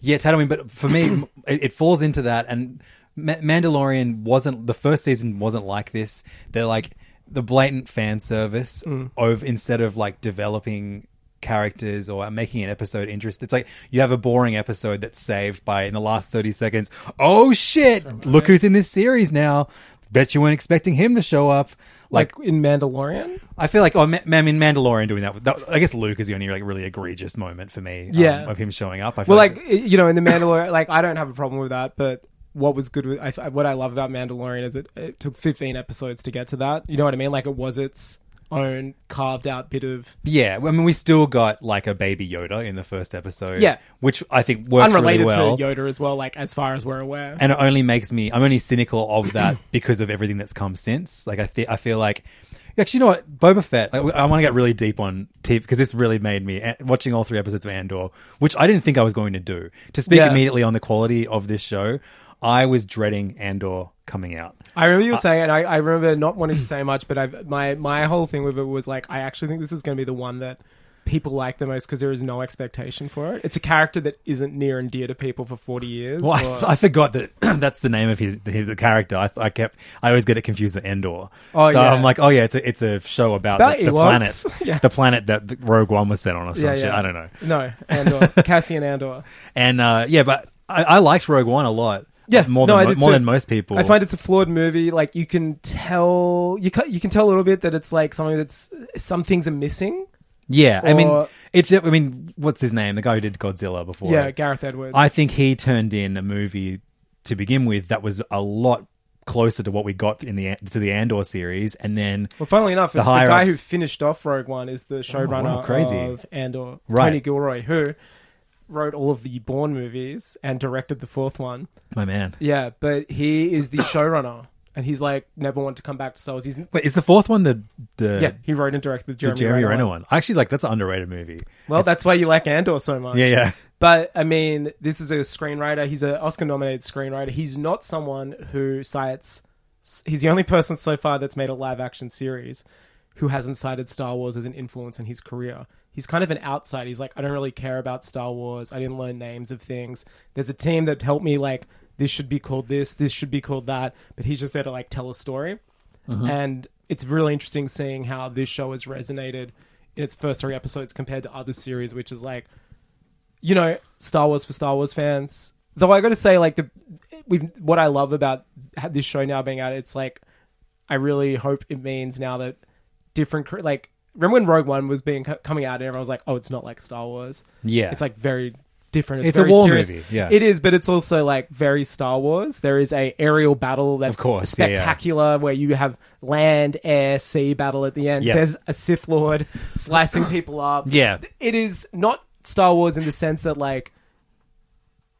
Speaker 4: Yeah, Tatooine, but for
Speaker 5: *clears throat*
Speaker 4: me, it, it falls into that. And Ma- Mandalorian wasn't the first season wasn't like this. They're like the blatant fan service
Speaker 5: Mm.
Speaker 4: of instead of like developing characters or making an episode interest. It's like you have a boring episode that's saved by in the last thirty seconds. Oh shit! Look who's in this series now. Bet you weren't expecting him to show up. Like,
Speaker 5: Like, in Mandalorian,
Speaker 4: I feel like oh, Ma- Ma- I mean, Mandalorian doing that, that. I guess Luke is the only like really egregious moment for me. um,
Speaker 5: Yeah.
Speaker 4: of him showing up. I feel
Speaker 5: well, like i- you know, in the Mandalorian, like I don't have a problem with that, but. What was good with I, th- what I love about Mandalorian is it, it took 15 episodes to get to that. You know what I mean? Like it was its own carved out bit of
Speaker 4: Yeah, I mean, we still got like a baby Yoda in the first episode.
Speaker 5: Yeah.
Speaker 4: which I think works really
Speaker 5: unrelated
Speaker 4: well,
Speaker 5: to Yoda as well. Like as far as we're aware,
Speaker 4: and it only makes me I'm only cynical of that *clears throat* because of everything that's come since. Like I th- I feel like actually, you know what, Boba Fett. Like, I want to get really deep on TV because this really made me eh, watching all three episodes of Andor, which I didn't think I was going to do. To speak
Speaker 5: Yeah.
Speaker 4: immediately on the quality of this show, I was dreading Andor coming out.
Speaker 5: I remember you
Speaker 4: Uh,
Speaker 5: were saying, and I, I remember not wanting to say much, but I've, my my whole thing with it was like, I actually think this is going to be the one that people like the most because there is no expectation for it. It's a character that isn't near and dear to people for forty years.
Speaker 4: Well, I,
Speaker 5: or-
Speaker 4: I forgot that *clears throat* that's the name of his his character. I, I kept I always get it confused with Endor.
Speaker 5: Oh,
Speaker 4: so
Speaker 5: yeah.
Speaker 4: I'm like, oh yeah, it's a, it's a show about
Speaker 5: About
Speaker 4: the, the planet,
Speaker 5: Ewoks. *laughs* Yeah.
Speaker 4: the planet that the Rogue One was set on or some
Speaker 5: Yeah,
Speaker 4: shit.
Speaker 5: yeah.
Speaker 4: I don't know.
Speaker 5: No,
Speaker 4: *laughs*
Speaker 5: Andor, Cassian Andor.
Speaker 4: And uh, yeah, but I, I liked Rogue One a lot.
Speaker 5: Yeah,
Speaker 4: more
Speaker 5: no,
Speaker 4: than
Speaker 5: I
Speaker 4: mo-
Speaker 5: did
Speaker 4: more
Speaker 5: too.
Speaker 4: than most people.
Speaker 5: I find it's a flawed movie. Like you can tell, you can, you can tell a little bit that it's like something that's some things are missing.
Speaker 4: yeah. I mean,
Speaker 5: or-
Speaker 4: it's I mean, what's his name? The guy who did Godzilla before.
Speaker 5: Yeah,
Speaker 4: it.
Speaker 5: Gareth Edwards.
Speaker 4: I think he turned in a movie to begin with that was a lot closer to what we got in the to the Andor series, and then
Speaker 5: Well, funnily enough,
Speaker 4: The
Speaker 5: it's the
Speaker 4: higher
Speaker 5: guy
Speaker 4: ups-
Speaker 5: who finished off Rogue One is the showrunner
Speaker 4: wow, crazy.
Speaker 5: of Andor,
Speaker 4: Right.
Speaker 5: Tony Gilroy, who wrote all of the Bourne movies and directed the fourth one.
Speaker 4: my man.
Speaker 5: Yeah, but he is
Speaker 4: *coughs*
Speaker 5: the showrunner, and he's like never want to come back to Star Wars. He's
Speaker 4: Wait, is the fourth one the the
Speaker 5: yeah, he wrote and directed the Jeremy,
Speaker 4: the Jeremy Renner
Speaker 5: Renner
Speaker 4: one. Actually, like that's an underrated movie.
Speaker 5: Well, that's why you like Andor so much.
Speaker 4: Yeah, yeah.
Speaker 5: But I mean, this is a screenwriter. He's an Oscar-nominated screenwriter. He's not someone who cites. He's the only person so far that's made a live-action series who hasn't cited Star Wars as an influence in his career. He's kind of an outsider. He's like, I don't really care about Star Wars. I didn't learn names of things. There's a team that helped me. Like, this should be called this. This should be called that. But he's just there to like tell a story. And it's really interesting seeing how this show has resonated in its first three episodes compared to other series, which is like you know, Star Wars for Star Wars fans. Though I got to say, like the we've, what I love about ha- this show now being out, it's like I really hope it means now that different cr- like remember when Rogue One was being co- coming out and everyone was like, oh, it's not like Star Wars.
Speaker 4: Yeah.
Speaker 5: it's like very different. It's,
Speaker 4: It's a
Speaker 5: very
Speaker 4: war
Speaker 5: serious.
Speaker 4: movie, yeah.
Speaker 5: it is, but it's also like very Star Wars. There is a aerial battle that's
Speaker 4: Of course, yeah, yeah.
Speaker 5: spectacular where you have land, air, sea battle at the end.
Speaker 4: Yeah.
Speaker 5: There's a Sith Lord *laughs* slicing people up
Speaker 4: Yeah.
Speaker 5: it is not Star Wars in the sense that like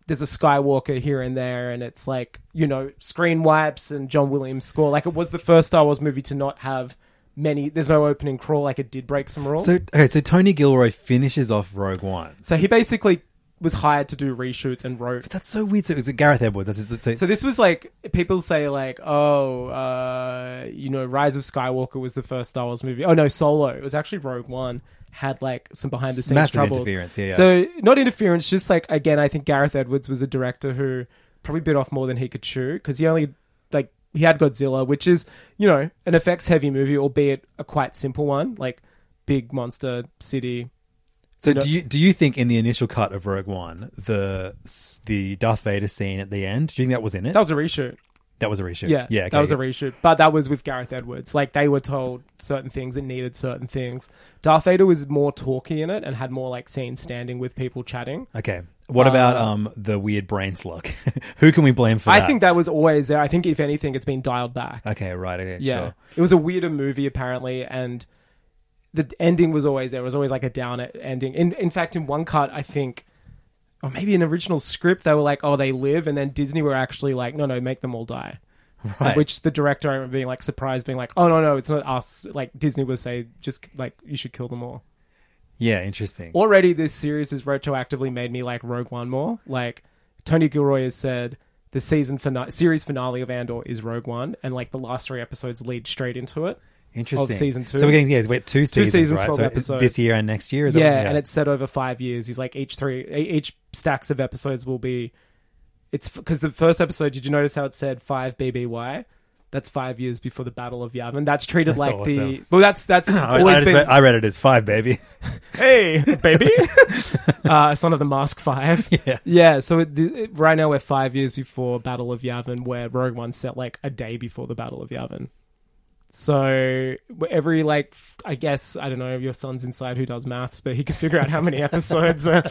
Speaker 5: there's a Skywalker here and there, and it's like you know screen wipes and John Williams score. Like it was the first Star Wars movie to not have many. There's no opening crawl. Like it did break some rules.
Speaker 4: So
Speaker 5: So,
Speaker 4: okay, so Tony Gilroy finishes off Rogue One.
Speaker 5: he basically was hired to do reshoots and wrote.
Speaker 4: That's so weird. So is it Gareth Edwards? That's, that's,
Speaker 5: So this was like people say like oh uh, you know Rise of Skywalker was the first Star Wars movie. Oh no, Solo. It was actually Rogue One had like some behind the scenes
Speaker 4: Massive
Speaker 5: troubles.
Speaker 4: interference, yeah, yeah.
Speaker 5: So not interference, just like again, I think Gareth Edwards was a director who probably bit off more than he could chew because he only like he had Godzilla, which is you know an effects heavy movie, albeit a quite simple one, like big monster city.
Speaker 4: so
Speaker 5: no.
Speaker 4: do you do you think in the initial cut of Rogue One the s- the Darth Vader scene at the end? Do you think that was in it?
Speaker 5: That was a reshoot.
Speaker 4: That was a reshoot.
Speaker 5: Yeah,
Speaker 4: yeah.
Speaker 5: that was a reshoot, but that was with Gareth Edwards. Like they were told certain things and needed certain things. Darth Vader was more talky in it and had more like scenes standing with people chatting.
Speaker 4: okay.
Speaker 5: Uh,
Speaker 4: What about um the weird brain slug? *laughs* Who can we blame for
Speaker 5: I
Speaker 4: that?
Speaker 5: think that was always there. I think if anything, it's been dialed back.
Speaker 4: Okay, right. Okay,
Speaker 5: yeah,
Speaker 4: sure.
Speaker 5: it was a weirder movie apparently, and the ending was always there. It was always like a down ending. In in fact, in one cut, I think. Or maybe an original script, they were like, "Oh, they live," and then Disney were actually like, "No, no, make them all die."
Speaker 4: Right.
Speaker 5: Which the director I remember being like surprised, being like, "Oh no, no, it's not us." Like Disney would say, "Just like you should kill them all."
Speaker 4: Yeah, interesting.
Speaker 5: already this series has retroactively made me like Rogue One more. Like Tony Gilroy has said, the season finale, series finale of Andor is Rogue One, and like the last three episodes lead straight into it.
Speaker 4: interesting.
Speaker 5: of season two.
Speaker 4: So we're getting yeah, we're at two seasons,
Speaker 5: seasons,
Speaker 4: right?
Speaker 5: 12
Speaker 4: So
Speaker 5: episodes.
Speaker 4: this year and next year. Is that
Speaker 5: yeah,
Speaker 4: right?
Speaker 5: and it's set over five years. He's like each three, e- each stacks of episodes will be. It's because the first episode. Did you notice how it said five BBY? That's five years before the Battle of Yavin. That's treated
Speaker 4: That's
Speaker 5: like the
Speaker 4: awesome.
Speaker 5: well. That's
Speaker 4: *clears throat* *laughs*
Speaker 5: that's
Speaker 4: I,
Speaker 5: always
Speaker 4: I just
Speaker 5: been.
Speaker 4: read, I read it as five, baby. *laughs*
Speaker 5: hey, baby. uh, Son of the Mask 5.
Speaker 4: Yeah.
Speaker 5: Yeah, so it, the- it, right now we're five years before Battle of Yavin, where Rogue One set like a day before the Battle of Yavin. So every, like, f- I guess, I don't know, your son's inside who does maths, but he can figure out how many episodes. Uh,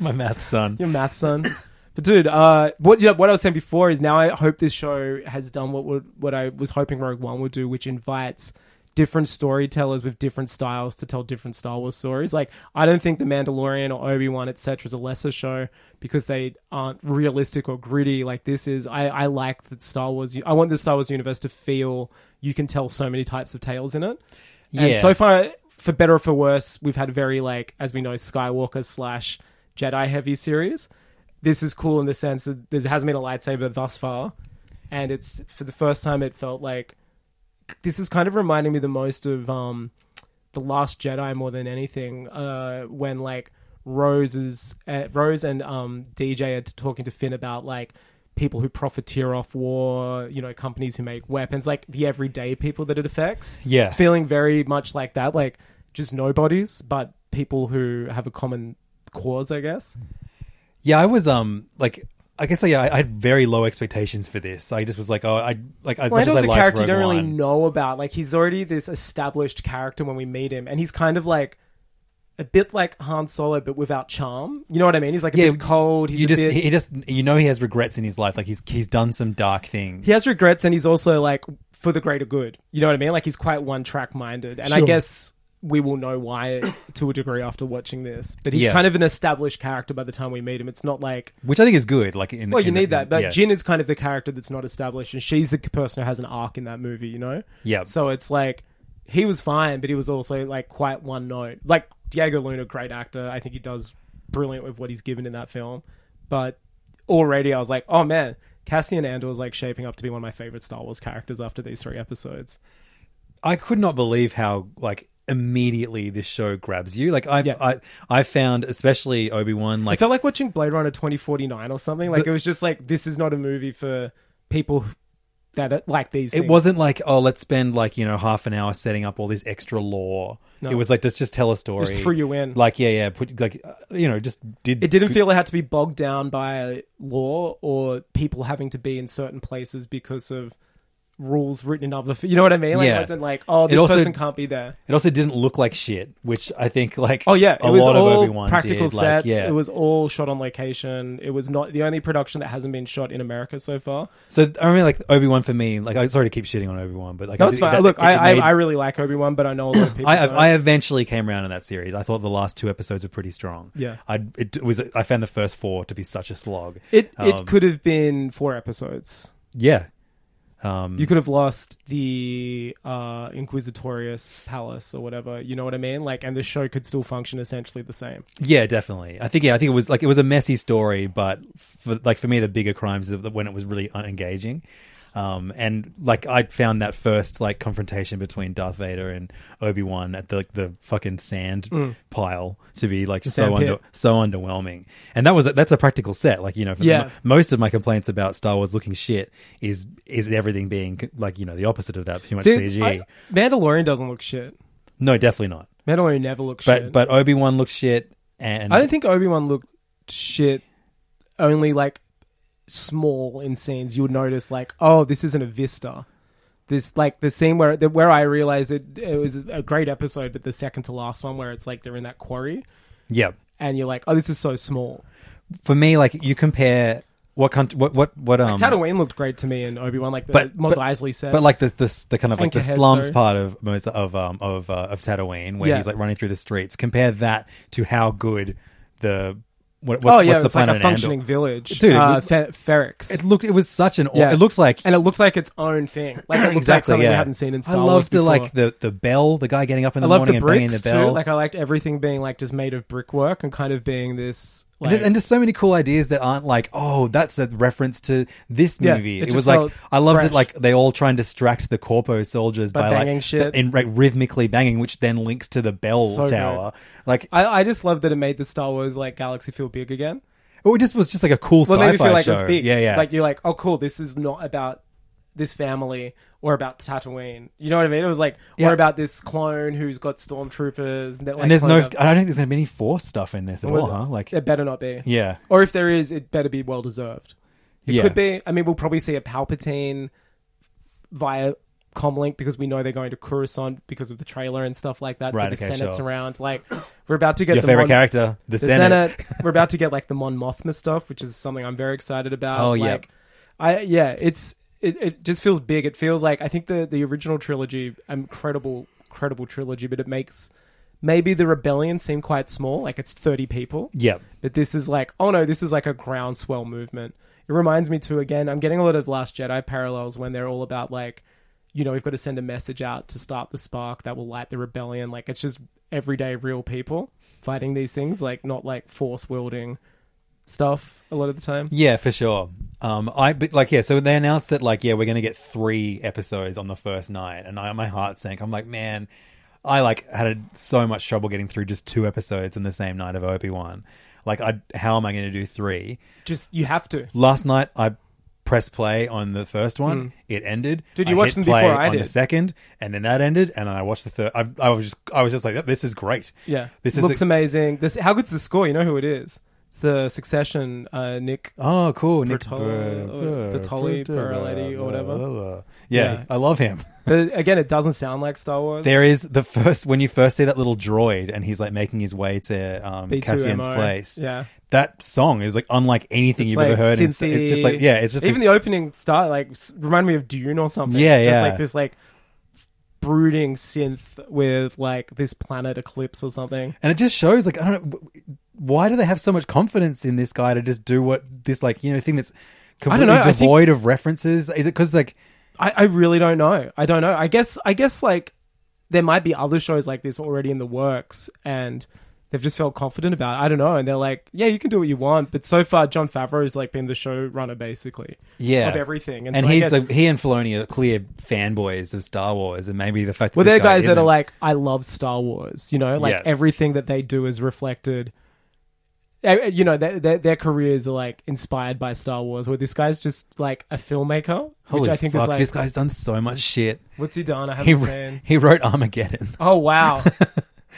Speaker 4: My math son.
Speaker 5: your math son. *coughs* But dude, uh, what you know, what I was saying before is now I hope this show has done what would, what I was hoping Rogue One would do, which invites different storytellers with different styles to tell different Star Wars stories. Like I don't think The Mandalorian or Obi Wan etc. is a lesser show because they aren't realistic or gritty like this is. I I like that Star Wars. I want the Star Wars universe to feel you can tell so many types of tales in it. And
Speaker 4: Yeah.
Speaker 5: so far, for better or for worse, we've had very like, as we know, Skywalker slash Jedi heavy series. This is cool in the sense that there hasn't been a lightsaber thus far, and it's for the first time it felt like this is kind of reminding me the most of um, the Last Jedi more than anything. Uh, when like Rose is uh, Rose and um, DJ are talking to Finn about like people who profiteer off war, you know, companies who make weapons, like the everyday people that it affects.
Speaker 4: Yeah.
Speaker 5: it's feeling very much like that, like just nobodies, but people who have a common cause, I guess.
Speaker 4: Yeah, I was um like I guess yeah, I, I had very low expectations for this. I just was like, oh, I like as much as I
Speaker 5: Lando's a
Speaker 4: liked
Speaker 5: character
Speaker 4: Rogue
Speaker 5: you don't really
Speaker 4: One-
Speaker 5: know about. Like he's already this established character when we meet him, and he's kind of like a bit like Han Solo, but without charm. You know what I mean? He's like a bit cold. He's
Speaker 4: you
Speaker 5: a
Speaker 4: just
Speaker 5: bit-
Speaker 4: he just you know he has regrets in his life. Like he's he's done some dark things.
Speaker 5: he has regrets, and he's also like for the greater good. You know what I mean? Like he's quite one track minded, and I
Speaker 4: Sure.
Speaker 5: guess we will know why to a degree after watching this. But he's
Speaker 4: Yeah.
Speaker 5: kind of an established character by the time we meet him. It's not like
Speaker 4: which I think is good. Like in
Speaker 5: well, you
Speaker 4: in the-
Speaker 5: need that. But
Speaker 4: yeah.
Speaker 5: Jin is kind of the character that's not established, and she's the person who has an arc in that movie, you know?
Speaker 4: Yep.
Speaker 5: So it's like he was fine, but he was also like quite one note. Like Diego Luna, great actor. I think he does brilliant with what he's given in that film. But already I was like, oh man, Cassian Andor is like shaping up to be one of my favorite Star Wars characters after these three episodes.
Speaker 4: I could not believe how like immediately this show grabs you. Like I
Speaker 5: Yeah.
Speaker 4: I I found especially Obi Wan
Speaker 5: I
Speaker 4: like
Speaker 5: felt like watching Blade Runner 2049 or something. Like it was just like, this is not a movie for people that are- like these
Speaker 4: it
Speaker 5: things.
Speaker 4: wasn't like oh let's spend like you know half an hour setting up all this extra lore.
Speaker 5: No.
Speaker 4: It was like just just tell a story.
Speaker 5: Just threw you in.
Speaker 4: Like yeah yeah put like uh, you know just did
Speaker 5: It didn't feel it had to be bogged down by law or people having to be in certain places because of rules written in other. f- You know what I mean? Like,
Speaker 4: Yeah.
Speaker 5: it wasn't like, oh,
Speaker 4: It
Speaker 5: this
Speaker 4: also-
Speaker 5: person can't be there.
Speaker 4: It also didn't look like shit, which I think like
Speaker 5: Oh yeah, it
Speaker 4: a
Speaker 5: was
Speaker 4: lot of
Speaker 5: all
Speaker 4: Obi-Wan
Speaker 5: practical
Speaker 4: did. Like,
Speaker 5: sets.
Speaker 4: yeah,
Speaker 5: It was all shot on location. It was not the only production that hasn't been shot in America so far.
Speaker 4: so I mean, like Obi Wan for me, like I sorry to keep shitting on Obi Wan, but like
Speaker 5: No,
Speaker 4: I
Speaker 5: it's
Speaker 4: did-
Speaker 5: fine.
Speaker 4: that-
Speaker 5: Look,
Speaker 4: it
Speaker 5: I,
Speaker 4: made-
Speaker 5: I I really like Obi Wan, but I know
Speaker 4: *coughs*
Speaker 5: a lot of people.
Speaker 4: I,
Speaker 5: don't.
Speaker 4: I eventually came around in that series. I thought the last two episodes were pretty strong.
Speaker 5: Yeah.
Speaker 4: I it was I found the first four to be such a slog.
Speaker 5: it
Speaker 4: Um,
Speaker 5: it could have been four episodes.
Speaker 4: yeah, um,
Speaker 5: You could have lost the uh, Inquisitorious Palace or whatever. You know what I mean? Like, and the show could still function essentially the same.
Speaker 4: yeah, definitely. I think yeah, I think it was like it was a messy story, but for, like for me, the bigger crimes is when it was really unengaging. Um, and like I found that first like confrontation between Darth Vader and Obi Wan at the like, the fucking sand pile to be like so
Speaker 5: Mm. Sand pit.
Speaker 4: under, so underwhelming. And that was that's a practical set. Like you know, for the
Speaker 5: Yeah.
Speaker 4: mo- most of my complaints about Star Wars looking shit is is everything being like you know the opposite of that. Too much CG.
Speaker 5: I- Mandalorian doesn't look shit.
Speaker 4: no, definitely not.
Speaker 5: Mandalorian never looked
Speaker 4: But
Speaker 5: shit.
Speaker 4: but Obi Wan looked shit. And
Speaker 5: I don't think Obi Wan looked shit. Only like small in scenes you would notice, like, oh, this isn't a vista. This like the scene where the, where I realized it it was a great episode, but the second to last one where it's like they're in that quarry
Speaker 4: yeah.
Speaker 5: and you're like, oh, this is so small.
Speaker 4: for me, like you compare what country, what what what um,
Speaker 5: Tatooine looked great to me in Obi Wan, like the
Speaker 4: but
Speaker 5: Mos
Speaker 4: but-
Speaker 5: Eisley said.
Speaker 4: but like the the, the kind of like the
Speaker 5: Anchorhead,
Speaker 4: slums
Speaker 5: sorry.
Speaker 4: part of Mos- of um of uh, of Tatooine, where
Speaker 5: Yeah.
Speaker 4: he's like running through the streets. Compare that to how good the What, what's,
Speaker 5: oh yeah,
Speaker 4: what's the
Speaker 5: it's like
Speaker 4: planet
Speaker 5: a
Speaker 4: in Andor?
Speaker 5: functioning village.
Speaker 4: Dude, it
Speaker 5: uh,
Speaker 4: looked-
Speaker 5: Fe- Ferrix.
Speaker 4: It looked. It was such an. aw-
Speaker 5: Yeah.
Speaker 4: It looks like
Speaker 5: and it looks like its own thing. Like it looks like something we haven't seen in
Speaker 4: I
Speaker 5: Star Wars
Speaker 4: loved the
Speaker 5: before.
Speaker 4: like the the bell. The guy getting up in
Speaker 5: I
Speaker 4: the
Speaker 5: love
Speaker 4: morning and
Speaker 5: the
Speaker 4: banging
Speaker 5: bricks
Speaker 4: the bell.
Speaker 5: too. Like I liked everything being like just made of brickwork and kind of being this.
Speaker 4: And
Speaker 5: Like,
Speaker 4: just, and just so many cool ideas that aren't like, oh, that's a reference to this
Speaker 5: Yeah,
Speaker 4: movie.
Speaker 5: it
Speaker 4: it
Speaker 5: just
Speaker 4: was like
Speaker 5: felt
Speaker 4: I loved
Speaker 5: fresh.
Speaker 4: it. Like they all try and distract the corpo soldiers
Speaker 5: By
Speaker 4: by,
Speaker 5: banging
Speaker 4: like
Speaker 5: shit.
Speaker 4: and like, rhythmically banging, which then links to the bell
Speaker 5: So good.
Speaker 4: tower. Like
Speaker 5: I, I just love that it made the Star Wars like galaxy feel big again.
Speaker 4: it just was just like a cool
Speaker 5: Well, it
Speaker 4: sci-fi
Speaker 5: made me feel like
Speaker 4: show.
Speaker 5: it was big.
Speaker 4: Yeah, yeah.
Speaker 5: Like you're like, oh, cool. This is not about this family or about Tatooine. You know what I mean? It was like,
Speaker 4: Yeah.
Speaker 5: or about this clone who's got stormtroopers. And, that, like,
Speaker 4: and there's no. I
Speaker 5: kind of-
Speaker 4: don't think there's gonna be any force stuff in this at all. Huh? Like
Speaker 5: it better not be.
Speaker 4: yeah,
Speaker 5: Or if there is, it better be well deserved. It
Speaker 4: Yeah.
Speaker 5: could be. I mean, we'll probably see a Palpatine via comlink because we know they're going to Coruscant because of the trailer and stuff like that.
Speaker 4: Right,
Speaker 5: so the
Speaker 4: okay,
Speaker 5: Senate's
Speaker 4: sure.
Speaker 5: around. Like, we're about to get
Speaker 4: your
Speaker 5: the
Speaker 4: favorite
Speaker 5: Mon-
Speaker 4: character, the,
Speaker 5: the
Speaker 4: Senate. *laughs*
Speaker 5: Senate. we're about to get like the Mon Mothma stuff, which is something I'm very excited about.
Speaker 4: Oh,
Speaker 5: like,
Speaker 4: yeah.
Speaker 5: I yeah, it's it, it just feels big. It feels like I think the the original trilogy, incredible, incredible trilogy, but it makes maybe the rebellion seem quite small, like it's 30 people.
Speaker 4: Yeah,
Speaker 5: But this is like, oh no, this is like a groundswell movement. It reminds me too, again, I'm getting a lot of Last Jedi parallels when they're all about like, you know, we've got to send a message out to start the spark that will light the rebellion. Like it's just everyday real people fighting these things, like not like force wielding stuff a lot of the time.
Speaker 4: Yeah, for sure. Um, I but like yeah. So they announced that like yeah, we're gonna get three episodes on the first night, and I, my heart sank. I'm like, man, I like had so much trouble getting through just two episodes in the same night of Obi Wan. Like, I how am I gonna do three?
Speaker 5: Just you have to.
Speaker 4: Last night I pressed play on the first one. It ended.
Speaker 5: Hmm. Dude, you
Speaker 4: I
Speaker 5: watched
Speaker 4: hit
Speaker 5: them before
Speaker 4: play
Speaker 5: I
Speaker 4: on the
Speaker 5: did.
Speaker 4: second, and then that ended, and I watched the third. I, I was just I was just like, this is great.
Speaker 5: Yeah.
Speaker 4: this
Speaker 5: This
Speaker 4: is
Speaker 5: looks
Speaker 4: a-
Speaker 5: amazing. This how good's the score? You know who it is. It's the Succession, uh, Nick
Speaker 4: Oh, cool. Nick
Speaker 5: Bertol-
Speaker 4: Ber-
Speaker 5: or Bertoli,
Speaker 4: Ber-
Speaker 5: Berletti, or whatever.
Speaker 4: Yeah,
Speaker 5: Yeah.
Speaker 4: I love
Speaker 5: *laughs*
Speaker 4: him.
Speaker 5: But again, it doesn't sound like Star Wars.
Speaker 4: There is the first when you first see that little droid and he's like making his way to um,
Speaker 5: B2MO.
Speaker 4: Cassian's place.
Speaker 5: Yeah.
Speaker 4: That song is like unlike anything you've ever heard. in st- it's just like yeah, it's just
Speaker 5: even
Speaker 4: this-
Speaker 5: the opening start like s- remind me of Dune or something.
Speaker 4: Yeah,
Speaker 5: just
Speaker 4: yeah.
Speaker 5: Like this like brooding synth with like this planet eclipse or something.
Speaker 4: and it just shows like I don't know w- why do they have so much confidence in this guy to just do what this like you know thing that's
Speaker 5: don't
Speaker 4: completely
Speaker 5: know, I think-
Speaker 4: devoid of references? Is it because like
Speaker 5: I, I really don't know. I don't know. I guess I guess like there might be other shows like this already in the works and they've just felt confident about it. I don't know. And they're like, yeah, you can do what you want. But so far, John Favreau's like been the showrunner basically.
Speaker 4: yeah
Speaker 5: Of everything.
Speaker 4: and,
Speaker 5: And, so I
Speaker 4: he's
Speaker 5: guess-
Speaker 4: like he and Filoni are clear fanboys of Star Wars and maybe the fact that
Speaker 5: Well,
Speaker 4: this
Speaker 5: they're
Speaker 4: guy
Speaker 5: guys that are
Speaker 4: isn't-
Speaker 5: like, I love Star Wars. You know, like
Speaker 4: Yeah.
Speaker 5: everything that they do is reflected. eh, eh, You know, their, their, their careers are like inspired by Star Wars. Where this guy's just like a filmmaker, which
Speaker 4: holy
Speaker 5: I think
Speaker 4: fuck
Speaker 5: is like,
Speaker 4: this guy's done so much shit.
Speaker 5: what's he done? I
Speaker 4: He
Speaker 5: haven't
Speaker 4: wr- *laughs*
Speaker 5: seen.
Speaker 4: he wrote Armageddon. *laughs*
Speaker 5: Oh wow,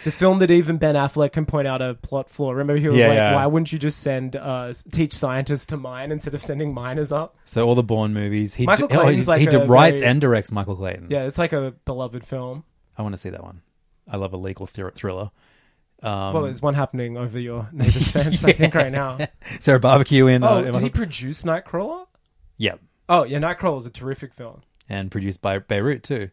Speaker 5: the film that even Ben Affleck can point out a plot flaw. Remember, he was
Speaker 4: Yeah,
Speaker 5: like,
Speaker 4: yeah.
Speaker 5: why wouldn't you just send uh, s- teach scientists to mine instead of sending miners up?
Speaker 4: So all the Bourne movies, he
Speaker 5: Michael
Speaker 4: di- oh,
Speaker 5: Clayton's
Speaker 4: he,
Speaker 5: like
Speaker 4: he
Speaker 5: a
Speaker 4: writes
Speaker 5: very-
Speaker 4: and directs Michael Clayton.
Speaker 5: Yeah, it's like a beloved film.
Speaker 4: I want to see that one. I love a legal thr- thriller. Um,
Speaker 5: well, there's one happening over your neighbor's fence, I think,
Speaker 4: *laughs*
Speaker 5: right now.
Speaker 4: Sarah Barbecue in.
Speaker 5: Oh,
Speaker 4: uh,
Speaker 5: did he produce Nightcrawler?
Speaker 4: yeah,
Speaker 5: Oh yeah, Nightcrawler is a terrific film.
Speaker 4: and produced by Beirut too.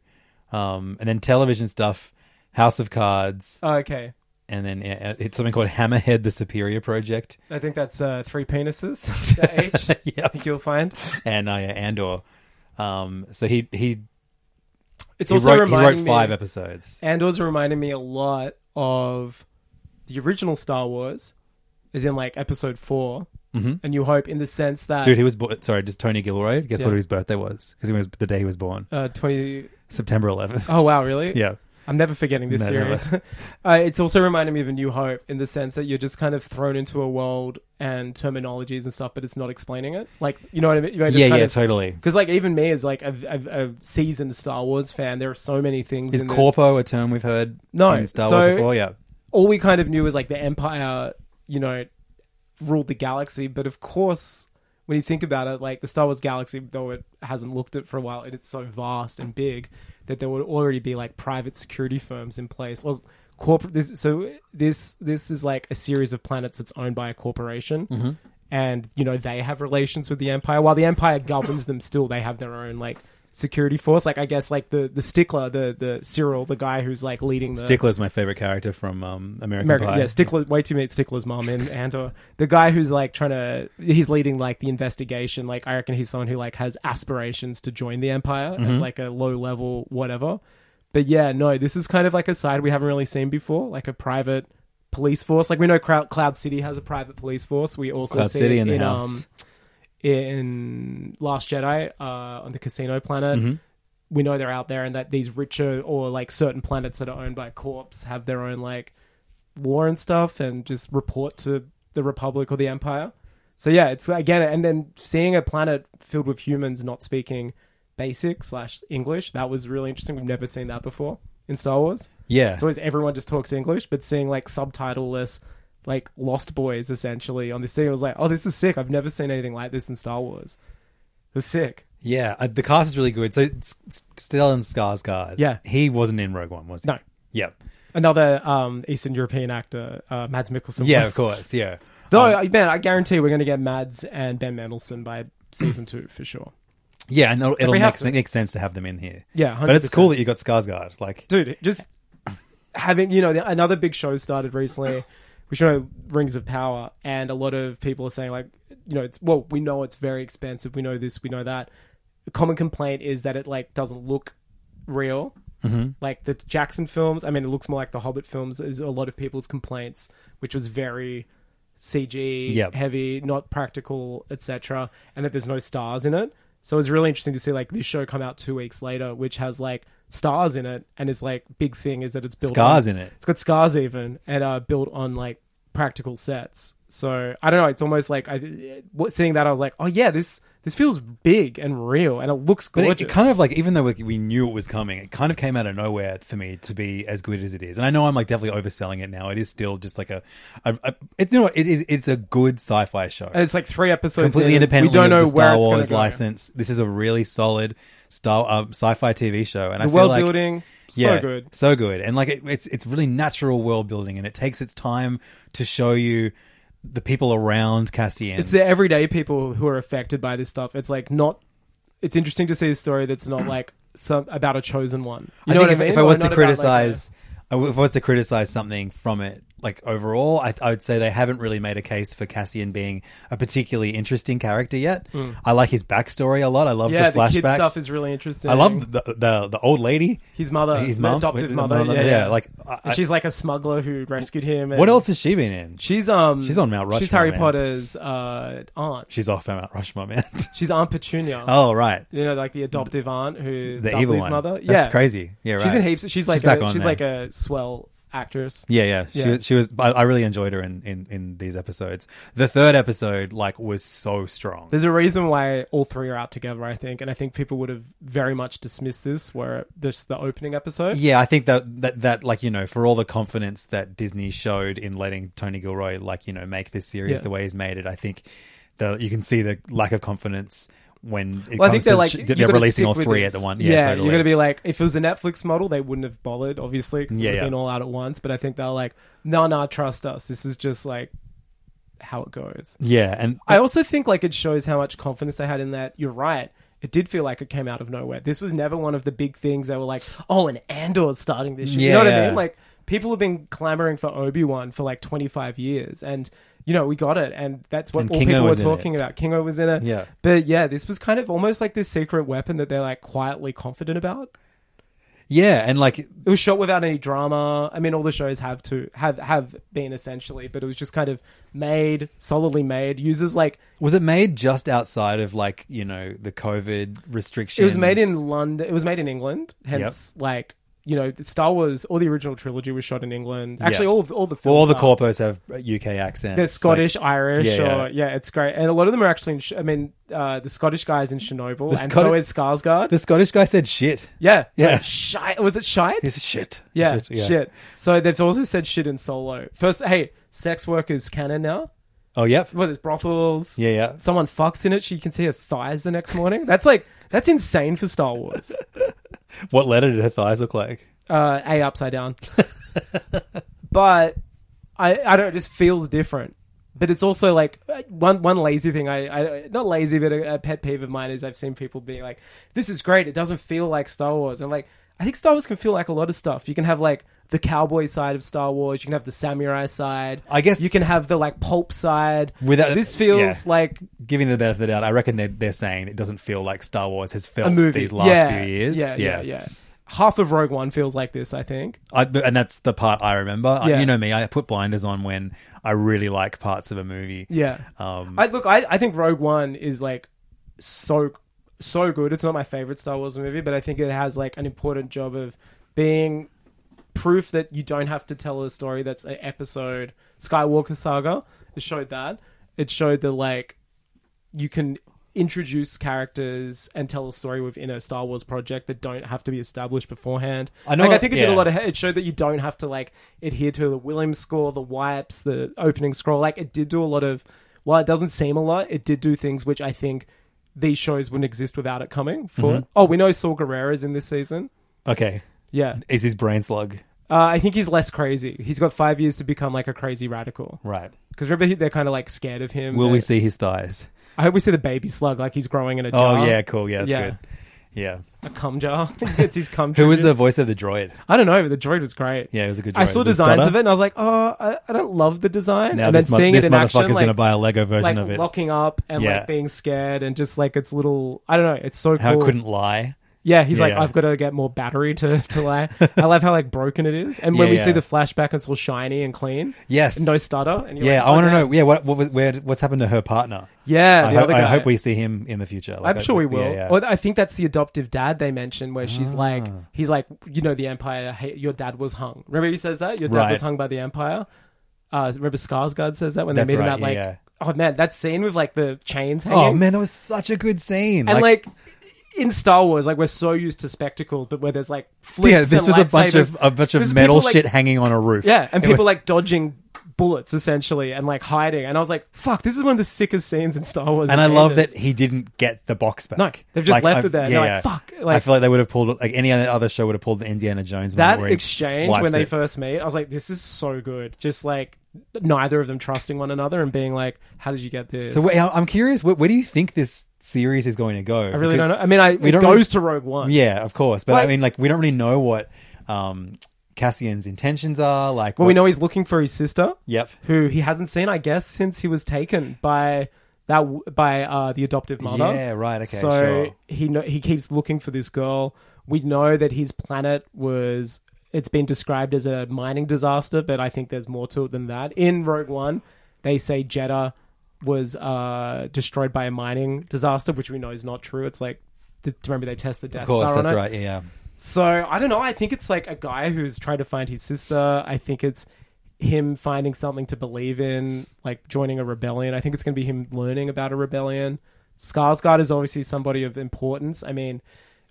Speaker 4: Um, and then television stuff, House of Cards,
Speaker 5: Oh, okay,
Speaker 4: and then uh, it's something called Hammerhead: The Superior Project.
Speaker 5: I think that's uh, three penises. *laughs* Is that
Speaker 4: *laughs*
Speaker 5: H. I
Speaker 4: yep.
Speaker 5: think you'll find
Speaker 4: and uh, yeah, Andor. Um, so he he
Speaker 5: it's
Speaker 4: he
Speaker 5: also
Speaker 4: wrote, he wrote
Speaker 5: reminding
Speaker 4: five
Speaker 5: me.
Speaker 4: episodes.
Speaker 5: Andor's reminding me a lot of the original Star Wars, as in like Episode 4 mm-hmm. and New Hope, in the sense that
Speaker 4: Dude, he was bo- sorry, just Tony Gilroy. Guess
Speaker 5: Uh, Yeah.
Speaker 4: what his birthday was? Because he was the day he was born,
Speaker 5: uh, twenty.
Speaker 4: September 11th.
Speaker 5: Oh wow, really?
Speaker 4: *laughs* yeah.
Speaker 5: I'm never forgetting this
Speaker 4: No,
Speaker 5: series. *laughs*
Speaker 4: never.
Speaker 5: uh, it's also reminding me of A New Hope in the sense that you're just kind of thrown into a world and terminologies and stuff, but it's not explaining it. Like, you know what I mean? You know, just
Speaker 4: Yeah,
Speaker 5: kind
Speaker 4: yeah,
Speaker 5: of-
Speaker 4: totally.
Speaker 5: Because like even me as like a, a, a seasoned Star Wars fan, there are so many things.
Speaker 4: Is
Speaker 5: in this.
Speaker 4: corpo a term we've heard
Speaker 5: No,
Speaker 4: in Star
Speaker 5: so-
Speaker 4: Wars before? Yeah.
Speaker 5: All we kind of knew was like the Empire, you know, ruled the galaxy. But of course, when you think about it, like the Star Wars galaxy, though it hasn't looked at for a while, and it's so vast and big that there would already be like private security firms in place or corporate. This, so this this is like a series of planets that's owned by a corporation. And you know they have relations with the empire. While the empire governs them, still they have their own like security force. Like I guess like the the stickler, the the Cyril, the guy who's like leading the
Speaker 4: Stickler's my favorite character from um, American,
Speaker 5: America,
Speaker 4: Pie.
Speaker 5: yeah, Stickler, way too many Stickler's mom and and or the guy who's like trying to he's leading like the investigation. Like I reckon he's someone who like has aspirations to join the empire
Speaker 4: Mm-hmm.
Speaker 5: as like a low level whatever. But yeah, no, this is kind of like a side we haven't really seen before, like a private police force. Like we know Cloud, Cloud City has a private police force. We also
Speaker 4: Cloud
Speaker 5: see
Speaker 4: City
Speaker 5: it
Speaker 4: and the
Speaker 5: in,
Speaker 4: house.
Speaker 5: um, in Last Jedi uh, on the casino planet.
Speaker 4: Mm-hmm.
Speaker 5: We know they're out there, and that these richer or like certain planets that are owned by corps have their own like war and stuff, and just report to the Republic or the Empire. So yeah, it's again, and then seeing a planet filled with humans not speaking basic slash English that was really interesting. We've never seen that before in Star Wars.
Speaker 4: yeah.
Speaker 5: It's always everyone just talks English, but seeing like subtitleless, like Lost Boys essentially on this thing, it was like, oh, this is sick. I've never seen anything like this in Star Wars. It was sick.
Speaker 4: Yeah, uh, the cast is really good. So it's it's Stellan Skarsgård.
Speaker 5: Yeah.
Speaker 4: he wasn't in Rogue One, was he?
Speaker 5: No.
Speaker 4: Yep.
Speaker 5: Another um, Eastern European actor, uh, Mads Mikkelsen.
Speaker 4: Yeah,
Speaker 5: was-
Speaker 4: of course. Yeah. Um,
Speaker 5: Though, I man, I guarantee we're going to get Mads and Ben Mendelsohn by season two for sure.
Speaker 4: Yeah, and it'll, it'll
Speaker 5: we have
Speaker 4: make,
Speaker 5: to.
Speaker 4: make sense to have them in here.
Speaker 5: Yeah,
Speaker 4: but it's
Speaker 5: 100%.
Speaker 4: cool that you got Skarsgård. Like,
Speaker 5: dude just having you know the- another big show started recently which you know rings of power and a lot of people are saying like you know it's well we know it's very expensive we know this we know that the common complaint is that it like doesn't look real like the jackson films i mean it looks more like the hobbit films is a lot of people's complaints which was very cg
Speaker 4: Yep.
Speaker 5: heavy not practical etc and that there's no stars in it so it's really interesting to see like this show come out two weeks later which has like stars in it and it's like big thing is that it's built
Speaker 4: Scars
Speaker 5: on-
Speaker 4: in it.
Speaker 5: it's got scars even and uh built on like practical sets so i don't know it's almost like i what seeing that i was like oh yeah this this feels big and real and it looks
Speaker 4: but
Speaker 5: gorgeous
Speaker 4: it, it kind of like even though we, we knew it was coming, it kind of came out of nowhere for me to be as good as it is. And I know I'm like definitely overselling it now. It is still just like a, a, a it's you know what, it is it's a good sci-fi show.
Speaker 5: and it's like three episodes
Speaker 4: completely
Speaker 5: in, and
Speaker 4: independent.
Speaker 5: we don't know
Speaker 4: the Star
Speaker 5: where it's
Speaker 4: Wars
Speaker 5: gonna go.
Speaker 4: license. This is a really solid Star uh, sci-fi TV show, and I
Speaker 5: the
Speaker 4: feel
Speaker 5: world
Speaker 4: like
Speaker 5: building so
Speaker 4: yeah,
Speaker 5: good
Speaker 4: so good, and like it, it's it's really natural world building, and it takes its time to show you the people around Cassian.
Speaker 5: it's the everyday people who are affected by this stuff. It's like not. It's interesting to see a story that's not like some about a chosen one. You know
Speaker 4: I think
Speaker 5: what I mean?
Speaker 4: if, if I was
Speaker 5: Or
Speaker 4: to
Speaker 5: not about, like,
Speaker 4: criticize, I w- if I was to criticize something from it, like overall, I, I would say they haven't really made a case for Cassian being a particularly interesting character yet. I like his backstory a lot. I love
Speaker 5: Hmm. yeah,
Speaker 4: the
Speaker 5: the,
Speaker 4: flashbacks.
Speaker 5: kid stuff is really interesting.
Speaker 4: I love the, the the old lady.
Speaker 5: his mother,
Speaker 4: his
Speaker 5: the
Speaker 4: mum,
Speaker 5: adoptive
Speaker 4: the
Speaker 5: mother.
Speaker 4: mum,
Speaker 5: yeah,
Speaker 4: yeah, like, I-
Speaker 5: And she's like a smuggler who rescued him. And
Speaker 4: What else has she been in?
Speaker 5: She's um.
Speaker 4: She's on Mount
Speaker 5: She's
Speaker 4: Rushmore,
Speaker 5: Harry
Speaker 4: man.
Speaker 5: Potter's uh, aunt.
Speaker 4: She's off Mount Rushmore, man. *laughs*
Speaker 5: She's Aunt Petunia.
Speaker 4: oh right,
Speaker 5: You know, like the adoptive aunt who
Speaker 4: the
Speaker 5: Dudley's
Speaker 4: evil one.
Speaker 5: mother. Yeah,
Speaker 4: That's crazy. Yeah, right.
Speaker 5: She's in heaps. She's, like
Speaker 4: back
Speaker 5: a,
Speaker 4: on
Speaker 5: she's
Speaker 4: now.
Speaker 5: like a swell actress.
Speaker 4: Yeah, yeah. She
Speaker 5: Yeah.
Speaker 4: was she was. I, I really enjoyed her in, in in these episodes. The third episode like was so strong.
Speaker 5: There's a reason why all three are out together, I think, and I think people would have very much dismissed this where this the opening episode.
Speaker 4: Yeah, I think that, that that like you know, for all the confidence that Disney showed in letting Tony Gilroy like you know make this series
Speaker 5: Yeah.
Speaker 4: the way he's made it, I think the you can see the lack of confidence when it
Speaker 5: Well, I
Speaker 4: comes
Speaker 5: think they're
Speaker 4: to
Speaker 5: like
Speaker 4: sh-
Speaker 5: you're
Speaker 4: they're
Speaker 5: gonna
Speaker 4: releasing
Speaker 5: stick
Speaker 4: all
Speaker 5: with
Speaker 4: three
Speaker 5: this.
Speaker 4: at the one. Yeah, totally.
Speaker 5: you're gonna be like, if it was a Netflix model, they wouldn't have bothered, obviously, because
Speaker 4: Yeah,
Speaker 5: yeah, have
Speaker 4: yeah.
Speaker 5: been all out at once. But I think they're like, no, no, trust us. This is just like how it goes.
Speaker 4: yeah, and
Speaker 5: I also think like it shows how much confidence they had in that. You're right. It did feel like it came out of nowhere. This was never one of the big things that were like, oh, and Andor's starting this year. you know what
Speaker 4: Yeah.
Speaker 5: I mean? Like people have been clamoring for Obi Wan for like 25 years, and you know we got it, and that's what
Speaker 4: And
Speaker 5: all
Speaker 4: Kingo
Speaker 5: people were
Speaker 4: was in
Speaker 5: talking
Speaker 4: it.
Speaker 5: about. Kingo was in it.
Speaker 4: Yeah.
Speaker 5: But yeah, this was kind of almost like this secret weapon that they're like quietly confident about.
Speaker 4: yeah, and like
Speaker 5: It was shot without any drama. I mean, all the shows have to have have been essentially, but it was just kind of made solidly made. Uses like
Speaker 4: was it made just outside of like you know the COVID restrictions?
Speaker 5: It was made in London. It was made in England. Hence, like you know, Star Wars. All the original trilogy was shot in England. Actually,
Speaker 4: Yeah.
Speaker 5: all of, all the films
Speaker 4: Well, all the
Speaker 5: are.
Speaker 4: corpos have UK accents.
Speaker 5: They're
Speaker 4: like-
Speaker 5: Scottish, Irish,
Speaker 4: Yeah, yeah.
Speaker 5: or yeah. it's great. And a lot of them are actually. In, Sh- I mean, uh, the Scottish guy is in Chernobyl,
Speaker 4: The
Speaker 5: and
Speaker 4: Scot-
Speaker 5: so is Skarsgård.
Speaker 4: the Scottish guy said shit.
Speaker 5: yeah,
Speaker 4: Yeah.
Speaker 5: Like, shite. Was it shite?
Speaker 4: He said shit.
Speaker 5: yeah,
Speaker 4: shit. yeah.
Speaker 5: shit. So they've also said shit in Solo. First, hey, sex work is canon now.
Speaker 4: Oh, yep.
Speaker 5: Well, there's brothels.
Speaker 4: Yeah, yeah.
Speaker 5: Someone fucks in it, so you can see her thighs the next morning. That's like that's insane for Star Wars.
Speaker 4: What letter did her thighs look like?
Speaker 5: uh, a upside down. but I I don't. It just feels different. but it's also like uh, one one lazy thing I, I not lazy but a, a pet peeve of mine is I've seen people being like this is great it doesn't feel like Star Wars I'm like I think Star Wars can feel like a lot of stuff you can have like the cowboy side of Star Wars you can have the samurai side
Speaker 4: I guess-
Speaker 5: you can have the like pulp side
Speaker 4: Without-
Speaker 5: this feels
Speaker 4: yeah.
Speaker 5: like
Speaker 4: Giving them the benefit of the doubt, I reckon they're, they're saying it doesn't feel like Star Wars has
Speaker 5: a
Speaker 4: felt
Speaker 5: movie
Speaker 4: these last
Speaker 5: Yeah.
Speaker 4: few years.
Speaker 5: yeah yeah yeah half of Rogue One feels like this I think
Speaker 4: I, but- and that's the part I remember. I-
Speaker 5: Yeah.
Speaker 4: you know me, I put blinders on when I really like parts of a movie.
Speaker 5: Yeah.
Speaker 4: Um,
Speaker 5: I look. I, I think Rogue One is like so so good. It's not my favorite Star Wars movie, but I think it has like an important job of being proof that you don't have to tell a story that's an episode. Skywalker Saga. It showed that. It showed that like you can introduce characters and tell a story within a Star Wars project that don't have to be established beforehand.
Speaker 4: I know-
Speaker 5: Like, I think it did a
Speaker 4: yeah.
Speaker 5: lot of it showed that you don't have to like adhere to the Williams score, the wipes, the opening scroll. Like it did do a lot of. While it doesn't seem a lot, it did do things which I think these shows wouldn't exist without it coming. For
Speaker 4: Mm-hmm.
Speaker 5: it. oh, we know Saul Guerrera's in this season.
Speaker 4: Okay.
Speaker 5: Yeah,
Speaker 4: Is his brain slug.
Speaker 5: uh, I think he's less crazy. He's got five years to become like a crazy radical.
Speaker 4: Right.
Speaker 5: Because remember, he, they're kind of like scared of him.
Speaker 4: Will we
Speaker 5: They're-
Speaker 4: see his thighs?
Speaker 5: I hope we see the baby slug, like he's growing in a jar.
Speaker 4: Oh, yeah, cool. Yeah, that's
Speaker 5: Yeah.
Speaker 4: good. Yeah.
Speaker 5: a cum jar. *laughs* it's his cum.
Speaker 4: Who was the
Speaker 5: tribute.
Speaker 4: voice of the droid?
Speaker 5: I don't know, but the droid was great.
Speaker 4: Yeah, it was a good droid.
Speaker 5: I saw
Speaker 4: The
Speaker 5: designs
Speaker 4: stutter?
Speaker 5: of it, and I was like, oh, I, I don't love the design.
Speaker 4: Now
Speaker 5: and
Speaker 4: this,
Speaker 5: then
Speaker 4: mo-
Speaker 5: seeing
Speaker 4: this
Speaker 5: it in
Speaker 4: motherfucker's
Speaker 5: action, like,
Speaker 4: going to buy a Lego version
Speaker 5: like
Speaker 4: of it.
Speaker 5: locking up and
Speaker 4: Yeah.
Speaker 5: like being scared and just like it's little. I don't know. It's so
Speaker 4: How
Speaker 5: cool.
Speaker 4: it couldn't lie.
Speaker 5: Yeah, he's like,
Speaker 4: Yeah.
Speaker 5: I've got to get more battery to to lie. I love how like broken it is, and when
Speaker 4: Yeah,
Speaker 5: we
Speaker 4: yeah.
Speaker 5: see the flashback, it's all shiny and clean.
Speaker 4: Yes.
Speaker 5: no stutter. And you're
Speaker 4: yeah,
Speaker 5: like,
Speaker 4: I want
Speaker 5: oh,
Speaker 4: to know. Yeah, what, what was, where, what's happened to her partner?
Speaker 5: Yeah,
Speaker 4: I,
Speaker 5: the
Speaker 4: hope,
Speaker 5: other
Speaker 4: I
Speaker 5: guy.
Speaker 4: hope we see him in the future. Like,
Speaker 5: I'm
Speaker 4: I-
Speaker 5: sure we will.
Speaker 4: Yeah, Ah. yeah.
Speaker 5: Or I think that's the adoptive dad they mentioned, where she's like, he's like, you know, the Empire, hey, your dad was hung. Remember he says that? Your dad
Speaker 4: Right.
Speaker 5: was hung by the Empire. Uh, remember Skarsgård says that when
Speaker 4: That's
Speaker 5: they meet
Speaker 4: right,
Speaker 5: him at like,
Speaker 4: yeah,
Speaker 5: oh man, that scene with like the chains hanging.
Speaker 4: oh, man, that was such a good scene.
Speaker 5: And like, in Star Wars, like we're so used to spectacle, but where there's like flips
Speaker 4: yeah, this
Speaker 5: and
Speaker 4: was a bunch of
Speaker 5: lightsabers.
Speaker 4: a bunch of
Speaker 5: There's
Speaker 4: metal
Speaker 5: people, like-
Speaker 4: shit hanging on a roof.
Speaker 5: yeah, and
Speaker 4: It
Speaker 5: people
Speaker 4: was-
Speaker 5: like dodging bullets essentially and like hiding. And I was like, fuck, this is one of the sickest scenes in Star Wars.
Speaker 4: And I
Speaker 5: in
Speaker 4: love
Speaker 5: ages.
Speaker 4: that he didn't get the box back.
Speaker 5: No, they've just left it there. They're like, "Fuck,"
Speaker 4: I
Speaker 5: like-
Speaker 4: feel like they would have pulled like any other- other show would have pulled the Indiana Jones. moment
Speaker 5: that
Speaker 4: where he
Speaker 5: exchange
Speaker 4: swipes
Speaker 5: when they
Speaker 4: it.
Speaker 5: first meet, I was like, this is so good. Just like neither of them trusting one another and being like, how did you get this?
Speaker 4: So wait, I- I'm curious, where, where do you think this series is going to go?
Speaker 5: I really don't know. I mean, I,
Speaker 4: we
Speaker 5: it
Speaker 4: don't
Speaker 5: goes
Speaker 4: really-
Speaker 5: to Rogue One.
Speaker 4: Yeah, of course, but I
Speaker 5: Like-
Speaker 4: mean, like we don't really know what um, Cassian's intentions are. Like,
Speaker 5: Well, we
Speaker 4: what-
Speaker 5: know he's looking for his sister.
Speaker 4: Yep.
Speaker 5: Who he hasn't seen, I guess, since he was taken by that w- by uh, the adoptive mother.
Speaker 4: Yeah, right, okay,
Speaker 5: So
Speaker 4: sure.
Speaker 5: he kno- he keeps looking for this girl. We know that his planet was. It's been described as a mining disaster, but I think there's more to it than that. In Rogue One, they say Jeddah was uh, destroyed by a mining disaster, which we know is not true. It's like, th- remember they test the Death
Speaker 4: Of course,
Speaker 5: Star on
Speaker 4: that's
Speaker 5: it?
Speaker 4: right. Yeah, yeah.
Speaker 5: So I don't know. I think it's like a guy who's trying to find his sister. I think it's him finding something to believe in, like joining a rebellion. I think it's going to be him learning about a rebellion. Skarsgård is obviously somebody of importance. I mean,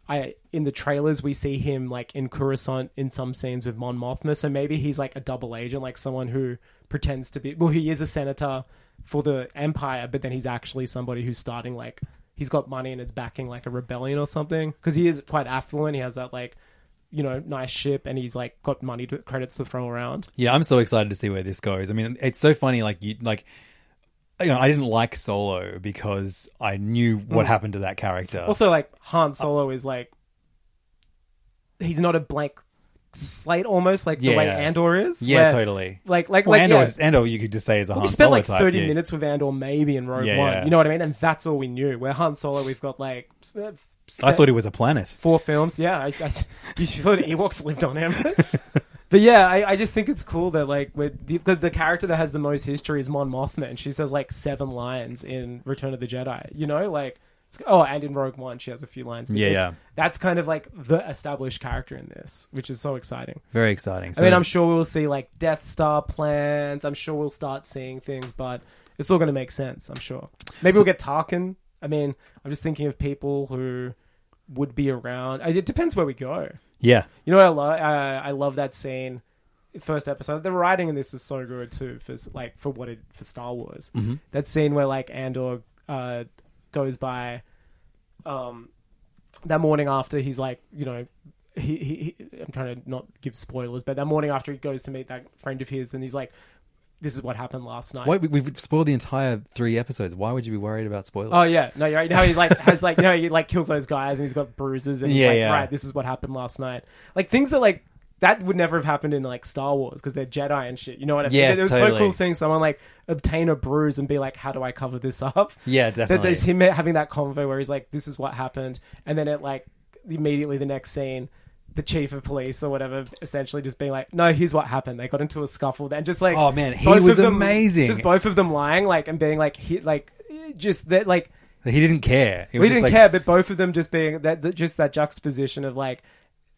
Speaker 5: I in the trailers we see him like in Coruscant in some scenes with Mon Mothma. So maybe he's like a double agent, like someone who pretends to be. Well, he is a senator for the Empire, but then he's actually somebody who's starting like he's got money and it's backing like a rebellion or something because he is quite affluent. He has that like you know nice ship and he's like got money to credits to throw around.
Speaker 4: Yeah, I'm so excited to see where this goes. I mean, it's so funny. Like you, like you know, I didn't like Solo because I knew what happened to that character.
Speaker 5: Mm. Also, like Han Solo is like he's not a blank slate almost like the way
Speaker 4: Yeah.
Speaker 5: Andor is.
Speaker 4: yeah,
Speaker 5: where-
Speaker 4: totally.
Speaker 5: Like like
Speaker 4: well,
Speaker 5: like
Speaker 4: Andor,
Speaker 5: yeah.
Speaker 4: is- Andor, you could just say is a Han
Speaker 5: we spent
Speaker 4: Solo
Speaker 5: like
Speaker 4: type,
Speaker 5: 30
Speaker 4: yeah.
Speaker 5: minutes with Andor maybe in Rogue
Speaker 4: Yeah,
Speaker 5: One.
Speaker 4: yeah.
Speaker 5: You know what I mean? And that's all we knew. Where Han Solo, we've got like.
Speaker 4: I thought it was a planet.
Speaker 5: four *laughs* films. Yeah, I, I, you thought Ewoks *laughs* lived on him. but yeah, I, I just think it's cool that like with the, the, the character that has the most history is Mon Mothma, and she says like seven lines in Return of the Jedi. You know, like it's, oh, and in Rogue One she has a few lines. but
Speaker 4: Yeah,
Speaker 5: it's-
Speaker 4: yeah.
Speaker 5: That's kind of like the established character in this, which is so exciting.
Speaker 4: Very exciting.
Speaker 5: I mean, I'm sure we'll see like Death Star plans. I'm sure we'll start seeing things, but it's all going to make sense. I'm sure. Maybe we'll get Tarkin. I mean, I'm just thinking of people who would be around. I- It depends where we go.
Speaker 4: Yeah,
Speaker 5: You know what I love? Uh, I love that scene. First episode. The writing in this is so good too. For s- like for what it for Star Wars. That scene where like Andor uh, goes by. Um, that morning after he's like, you know, he, he, he I'm trying to not give spoilers, but that morning after he goes to meet that friend of his, and he's like, this is what happened last night.
Speaker 4: Why, we, we've spoiled the entire three episodes. Why would you be worried about spoilers?
Speaker 5: Oh yeah, no, you're right. Now he like has like you know he like kills those guys and he's got bruises and he's
Speaker 4: Yeah,
Speaker 5: like
Speaker 4: yeah.
Speaker 5: right, this is what happened last night. Like things that like that would never have happened in like Star Wars because they're Jedi and shit. You know what I mean?
Speaker 4: Yes,
Speaker 5: it was so
Speaker 4: totally.
Speaker 5: cool seeing someone like obtain a bruise and be like, how do I cover this up?
Speaker 4: Yeah,
Speaker 5: That there's
Speaker 4: definitely.
Speaker 5: him having that convo where he's like, this is what happened, and then it like immediately the next scene. The chief of police or whatever, essentially just being like, "No, here's what happened. They got into a scuffle, and just like,
Speaker 4: Oh, man, he
Speaker 5: both of
Speaker 4: was
Speaker 5: them-
Speaker 4: amazing.
Speaker 5: Just both of them lying, like, and being like, he, like, just that, like,
Speaker 4: He didn't care. He
Speaker 5: Oh, we
Speaker 4: was just
Speaker 5: didn't
Speaker 4: like-
Speaker 5: care, but both of them just being that, that just that juxtaposition of like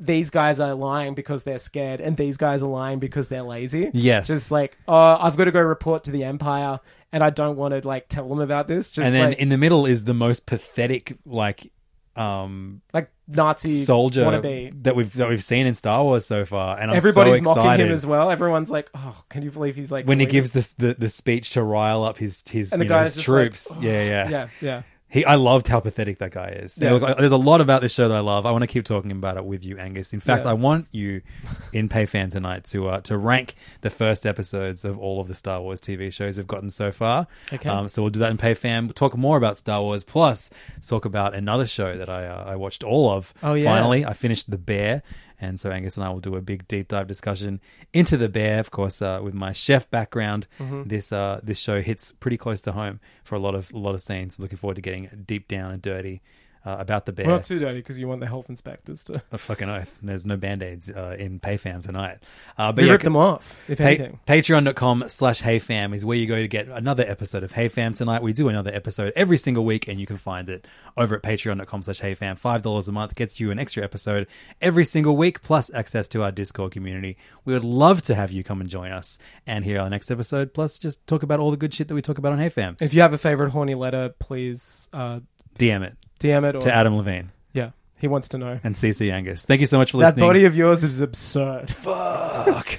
Speaker 5: these guys are lying because they're scared and these guys are lying because they're lazy.
Speaker 4: Yes.
Speaker 5: Just like, oh, I've got to go report to the Empire and I don't want to like tell them about this. Just
Speaker 4: And then
Speaker 5: like,
Speaker 4: in the middle is the most pathetic, like, um,
Speaker 5: like Nazi
Speaker 4: soldier
Speaker 5: wannabe.
Speaker 4: that we've that we've seen in Star Wars so far, and I'm
Speaker 5: Everybody's
Speaker 4: so excited
Speaker 5: mocking him as well. Everyone's like, oh, can you believe he's like
Speaker 4: when he
Speaker 5: doing
Speaker 4: gives this the, the speech to rile up his his,
Speaker 5: And the
Speaker 4: you know,
Speaker 5: guy's
Speaker 4: his
Speaker 5: just
Speaker 4: troops.
Speaker 5: like,
Speaker 4: yeah,
Speaker 5: this?
Speaker 4: yeah,
Speaker 5: *sighs* Yeah, yeah.
Speaker 4: He, I loved how pathetic that guy is.
Speaker 5: Yeah.
Speaker 4: Look, I- there's a lot about this show that I love. I want to keep talking about it with you, Angus. In fact,
Speaker 5: Yeah.
Speaker 4: I want you in PayFam tonight to uh, to rank the first episodes of all of the Star Wars TV shows we've gotten so far.
Speaker 5: Okay.
Speaker 4: Um, so we'll do that in PayFam. We'll talk more about Star Wars. Plus, talk about another show that I uh, I watched all of.
Speaker 5: Oh, yeah.
Speaker 4: Finally, I finished The Bear. And so Angus and I will do a big deep dive discussion into The Bear. Of course, uh, with my chef background, this uh, this show hits pretty close to home for a lot of a lot of scenes. Looking forward to getting deep down and dirty uh, about The Bear.
Speaker 5: Well, not too dirty because you want the health inspectors to
Speaker 4: A fucking oath. There's no band-aids uh, in PayFam tonight. Uh, but
Speaker 5: we
Speaker 4: yeah,
Speaker 5: rip
Speaker 4: c-
Speaker 5: them off, if anything.
Speaker 4: Pa- Patreon.com slash HeyFam is where you go to get another episode of HeyFam tonight. We do another episode every single week, and you can find it over at patreon.com slash HeyFam. $5 a month gets you an extra episode every single week, plus access to our Discord community. We would love to have you come and join us and hear our next episode, plus just talk about all the good shit that we talk about on HeyFam.
Speaker 5: If you have a favorite horny letter, please uh,
Speaker 4: DM it
Speaker 5: DM it or
Speaker 4: to Adam Levine
Speaker 5: Yeah, he wants to know.
Speaker 4: and CC Angus. Thank you so much for
Speaker 5: That
Speaker 4: listening.
Speaker 5: body of yours is absurd. *laughs*
Speaker 4: Fuck.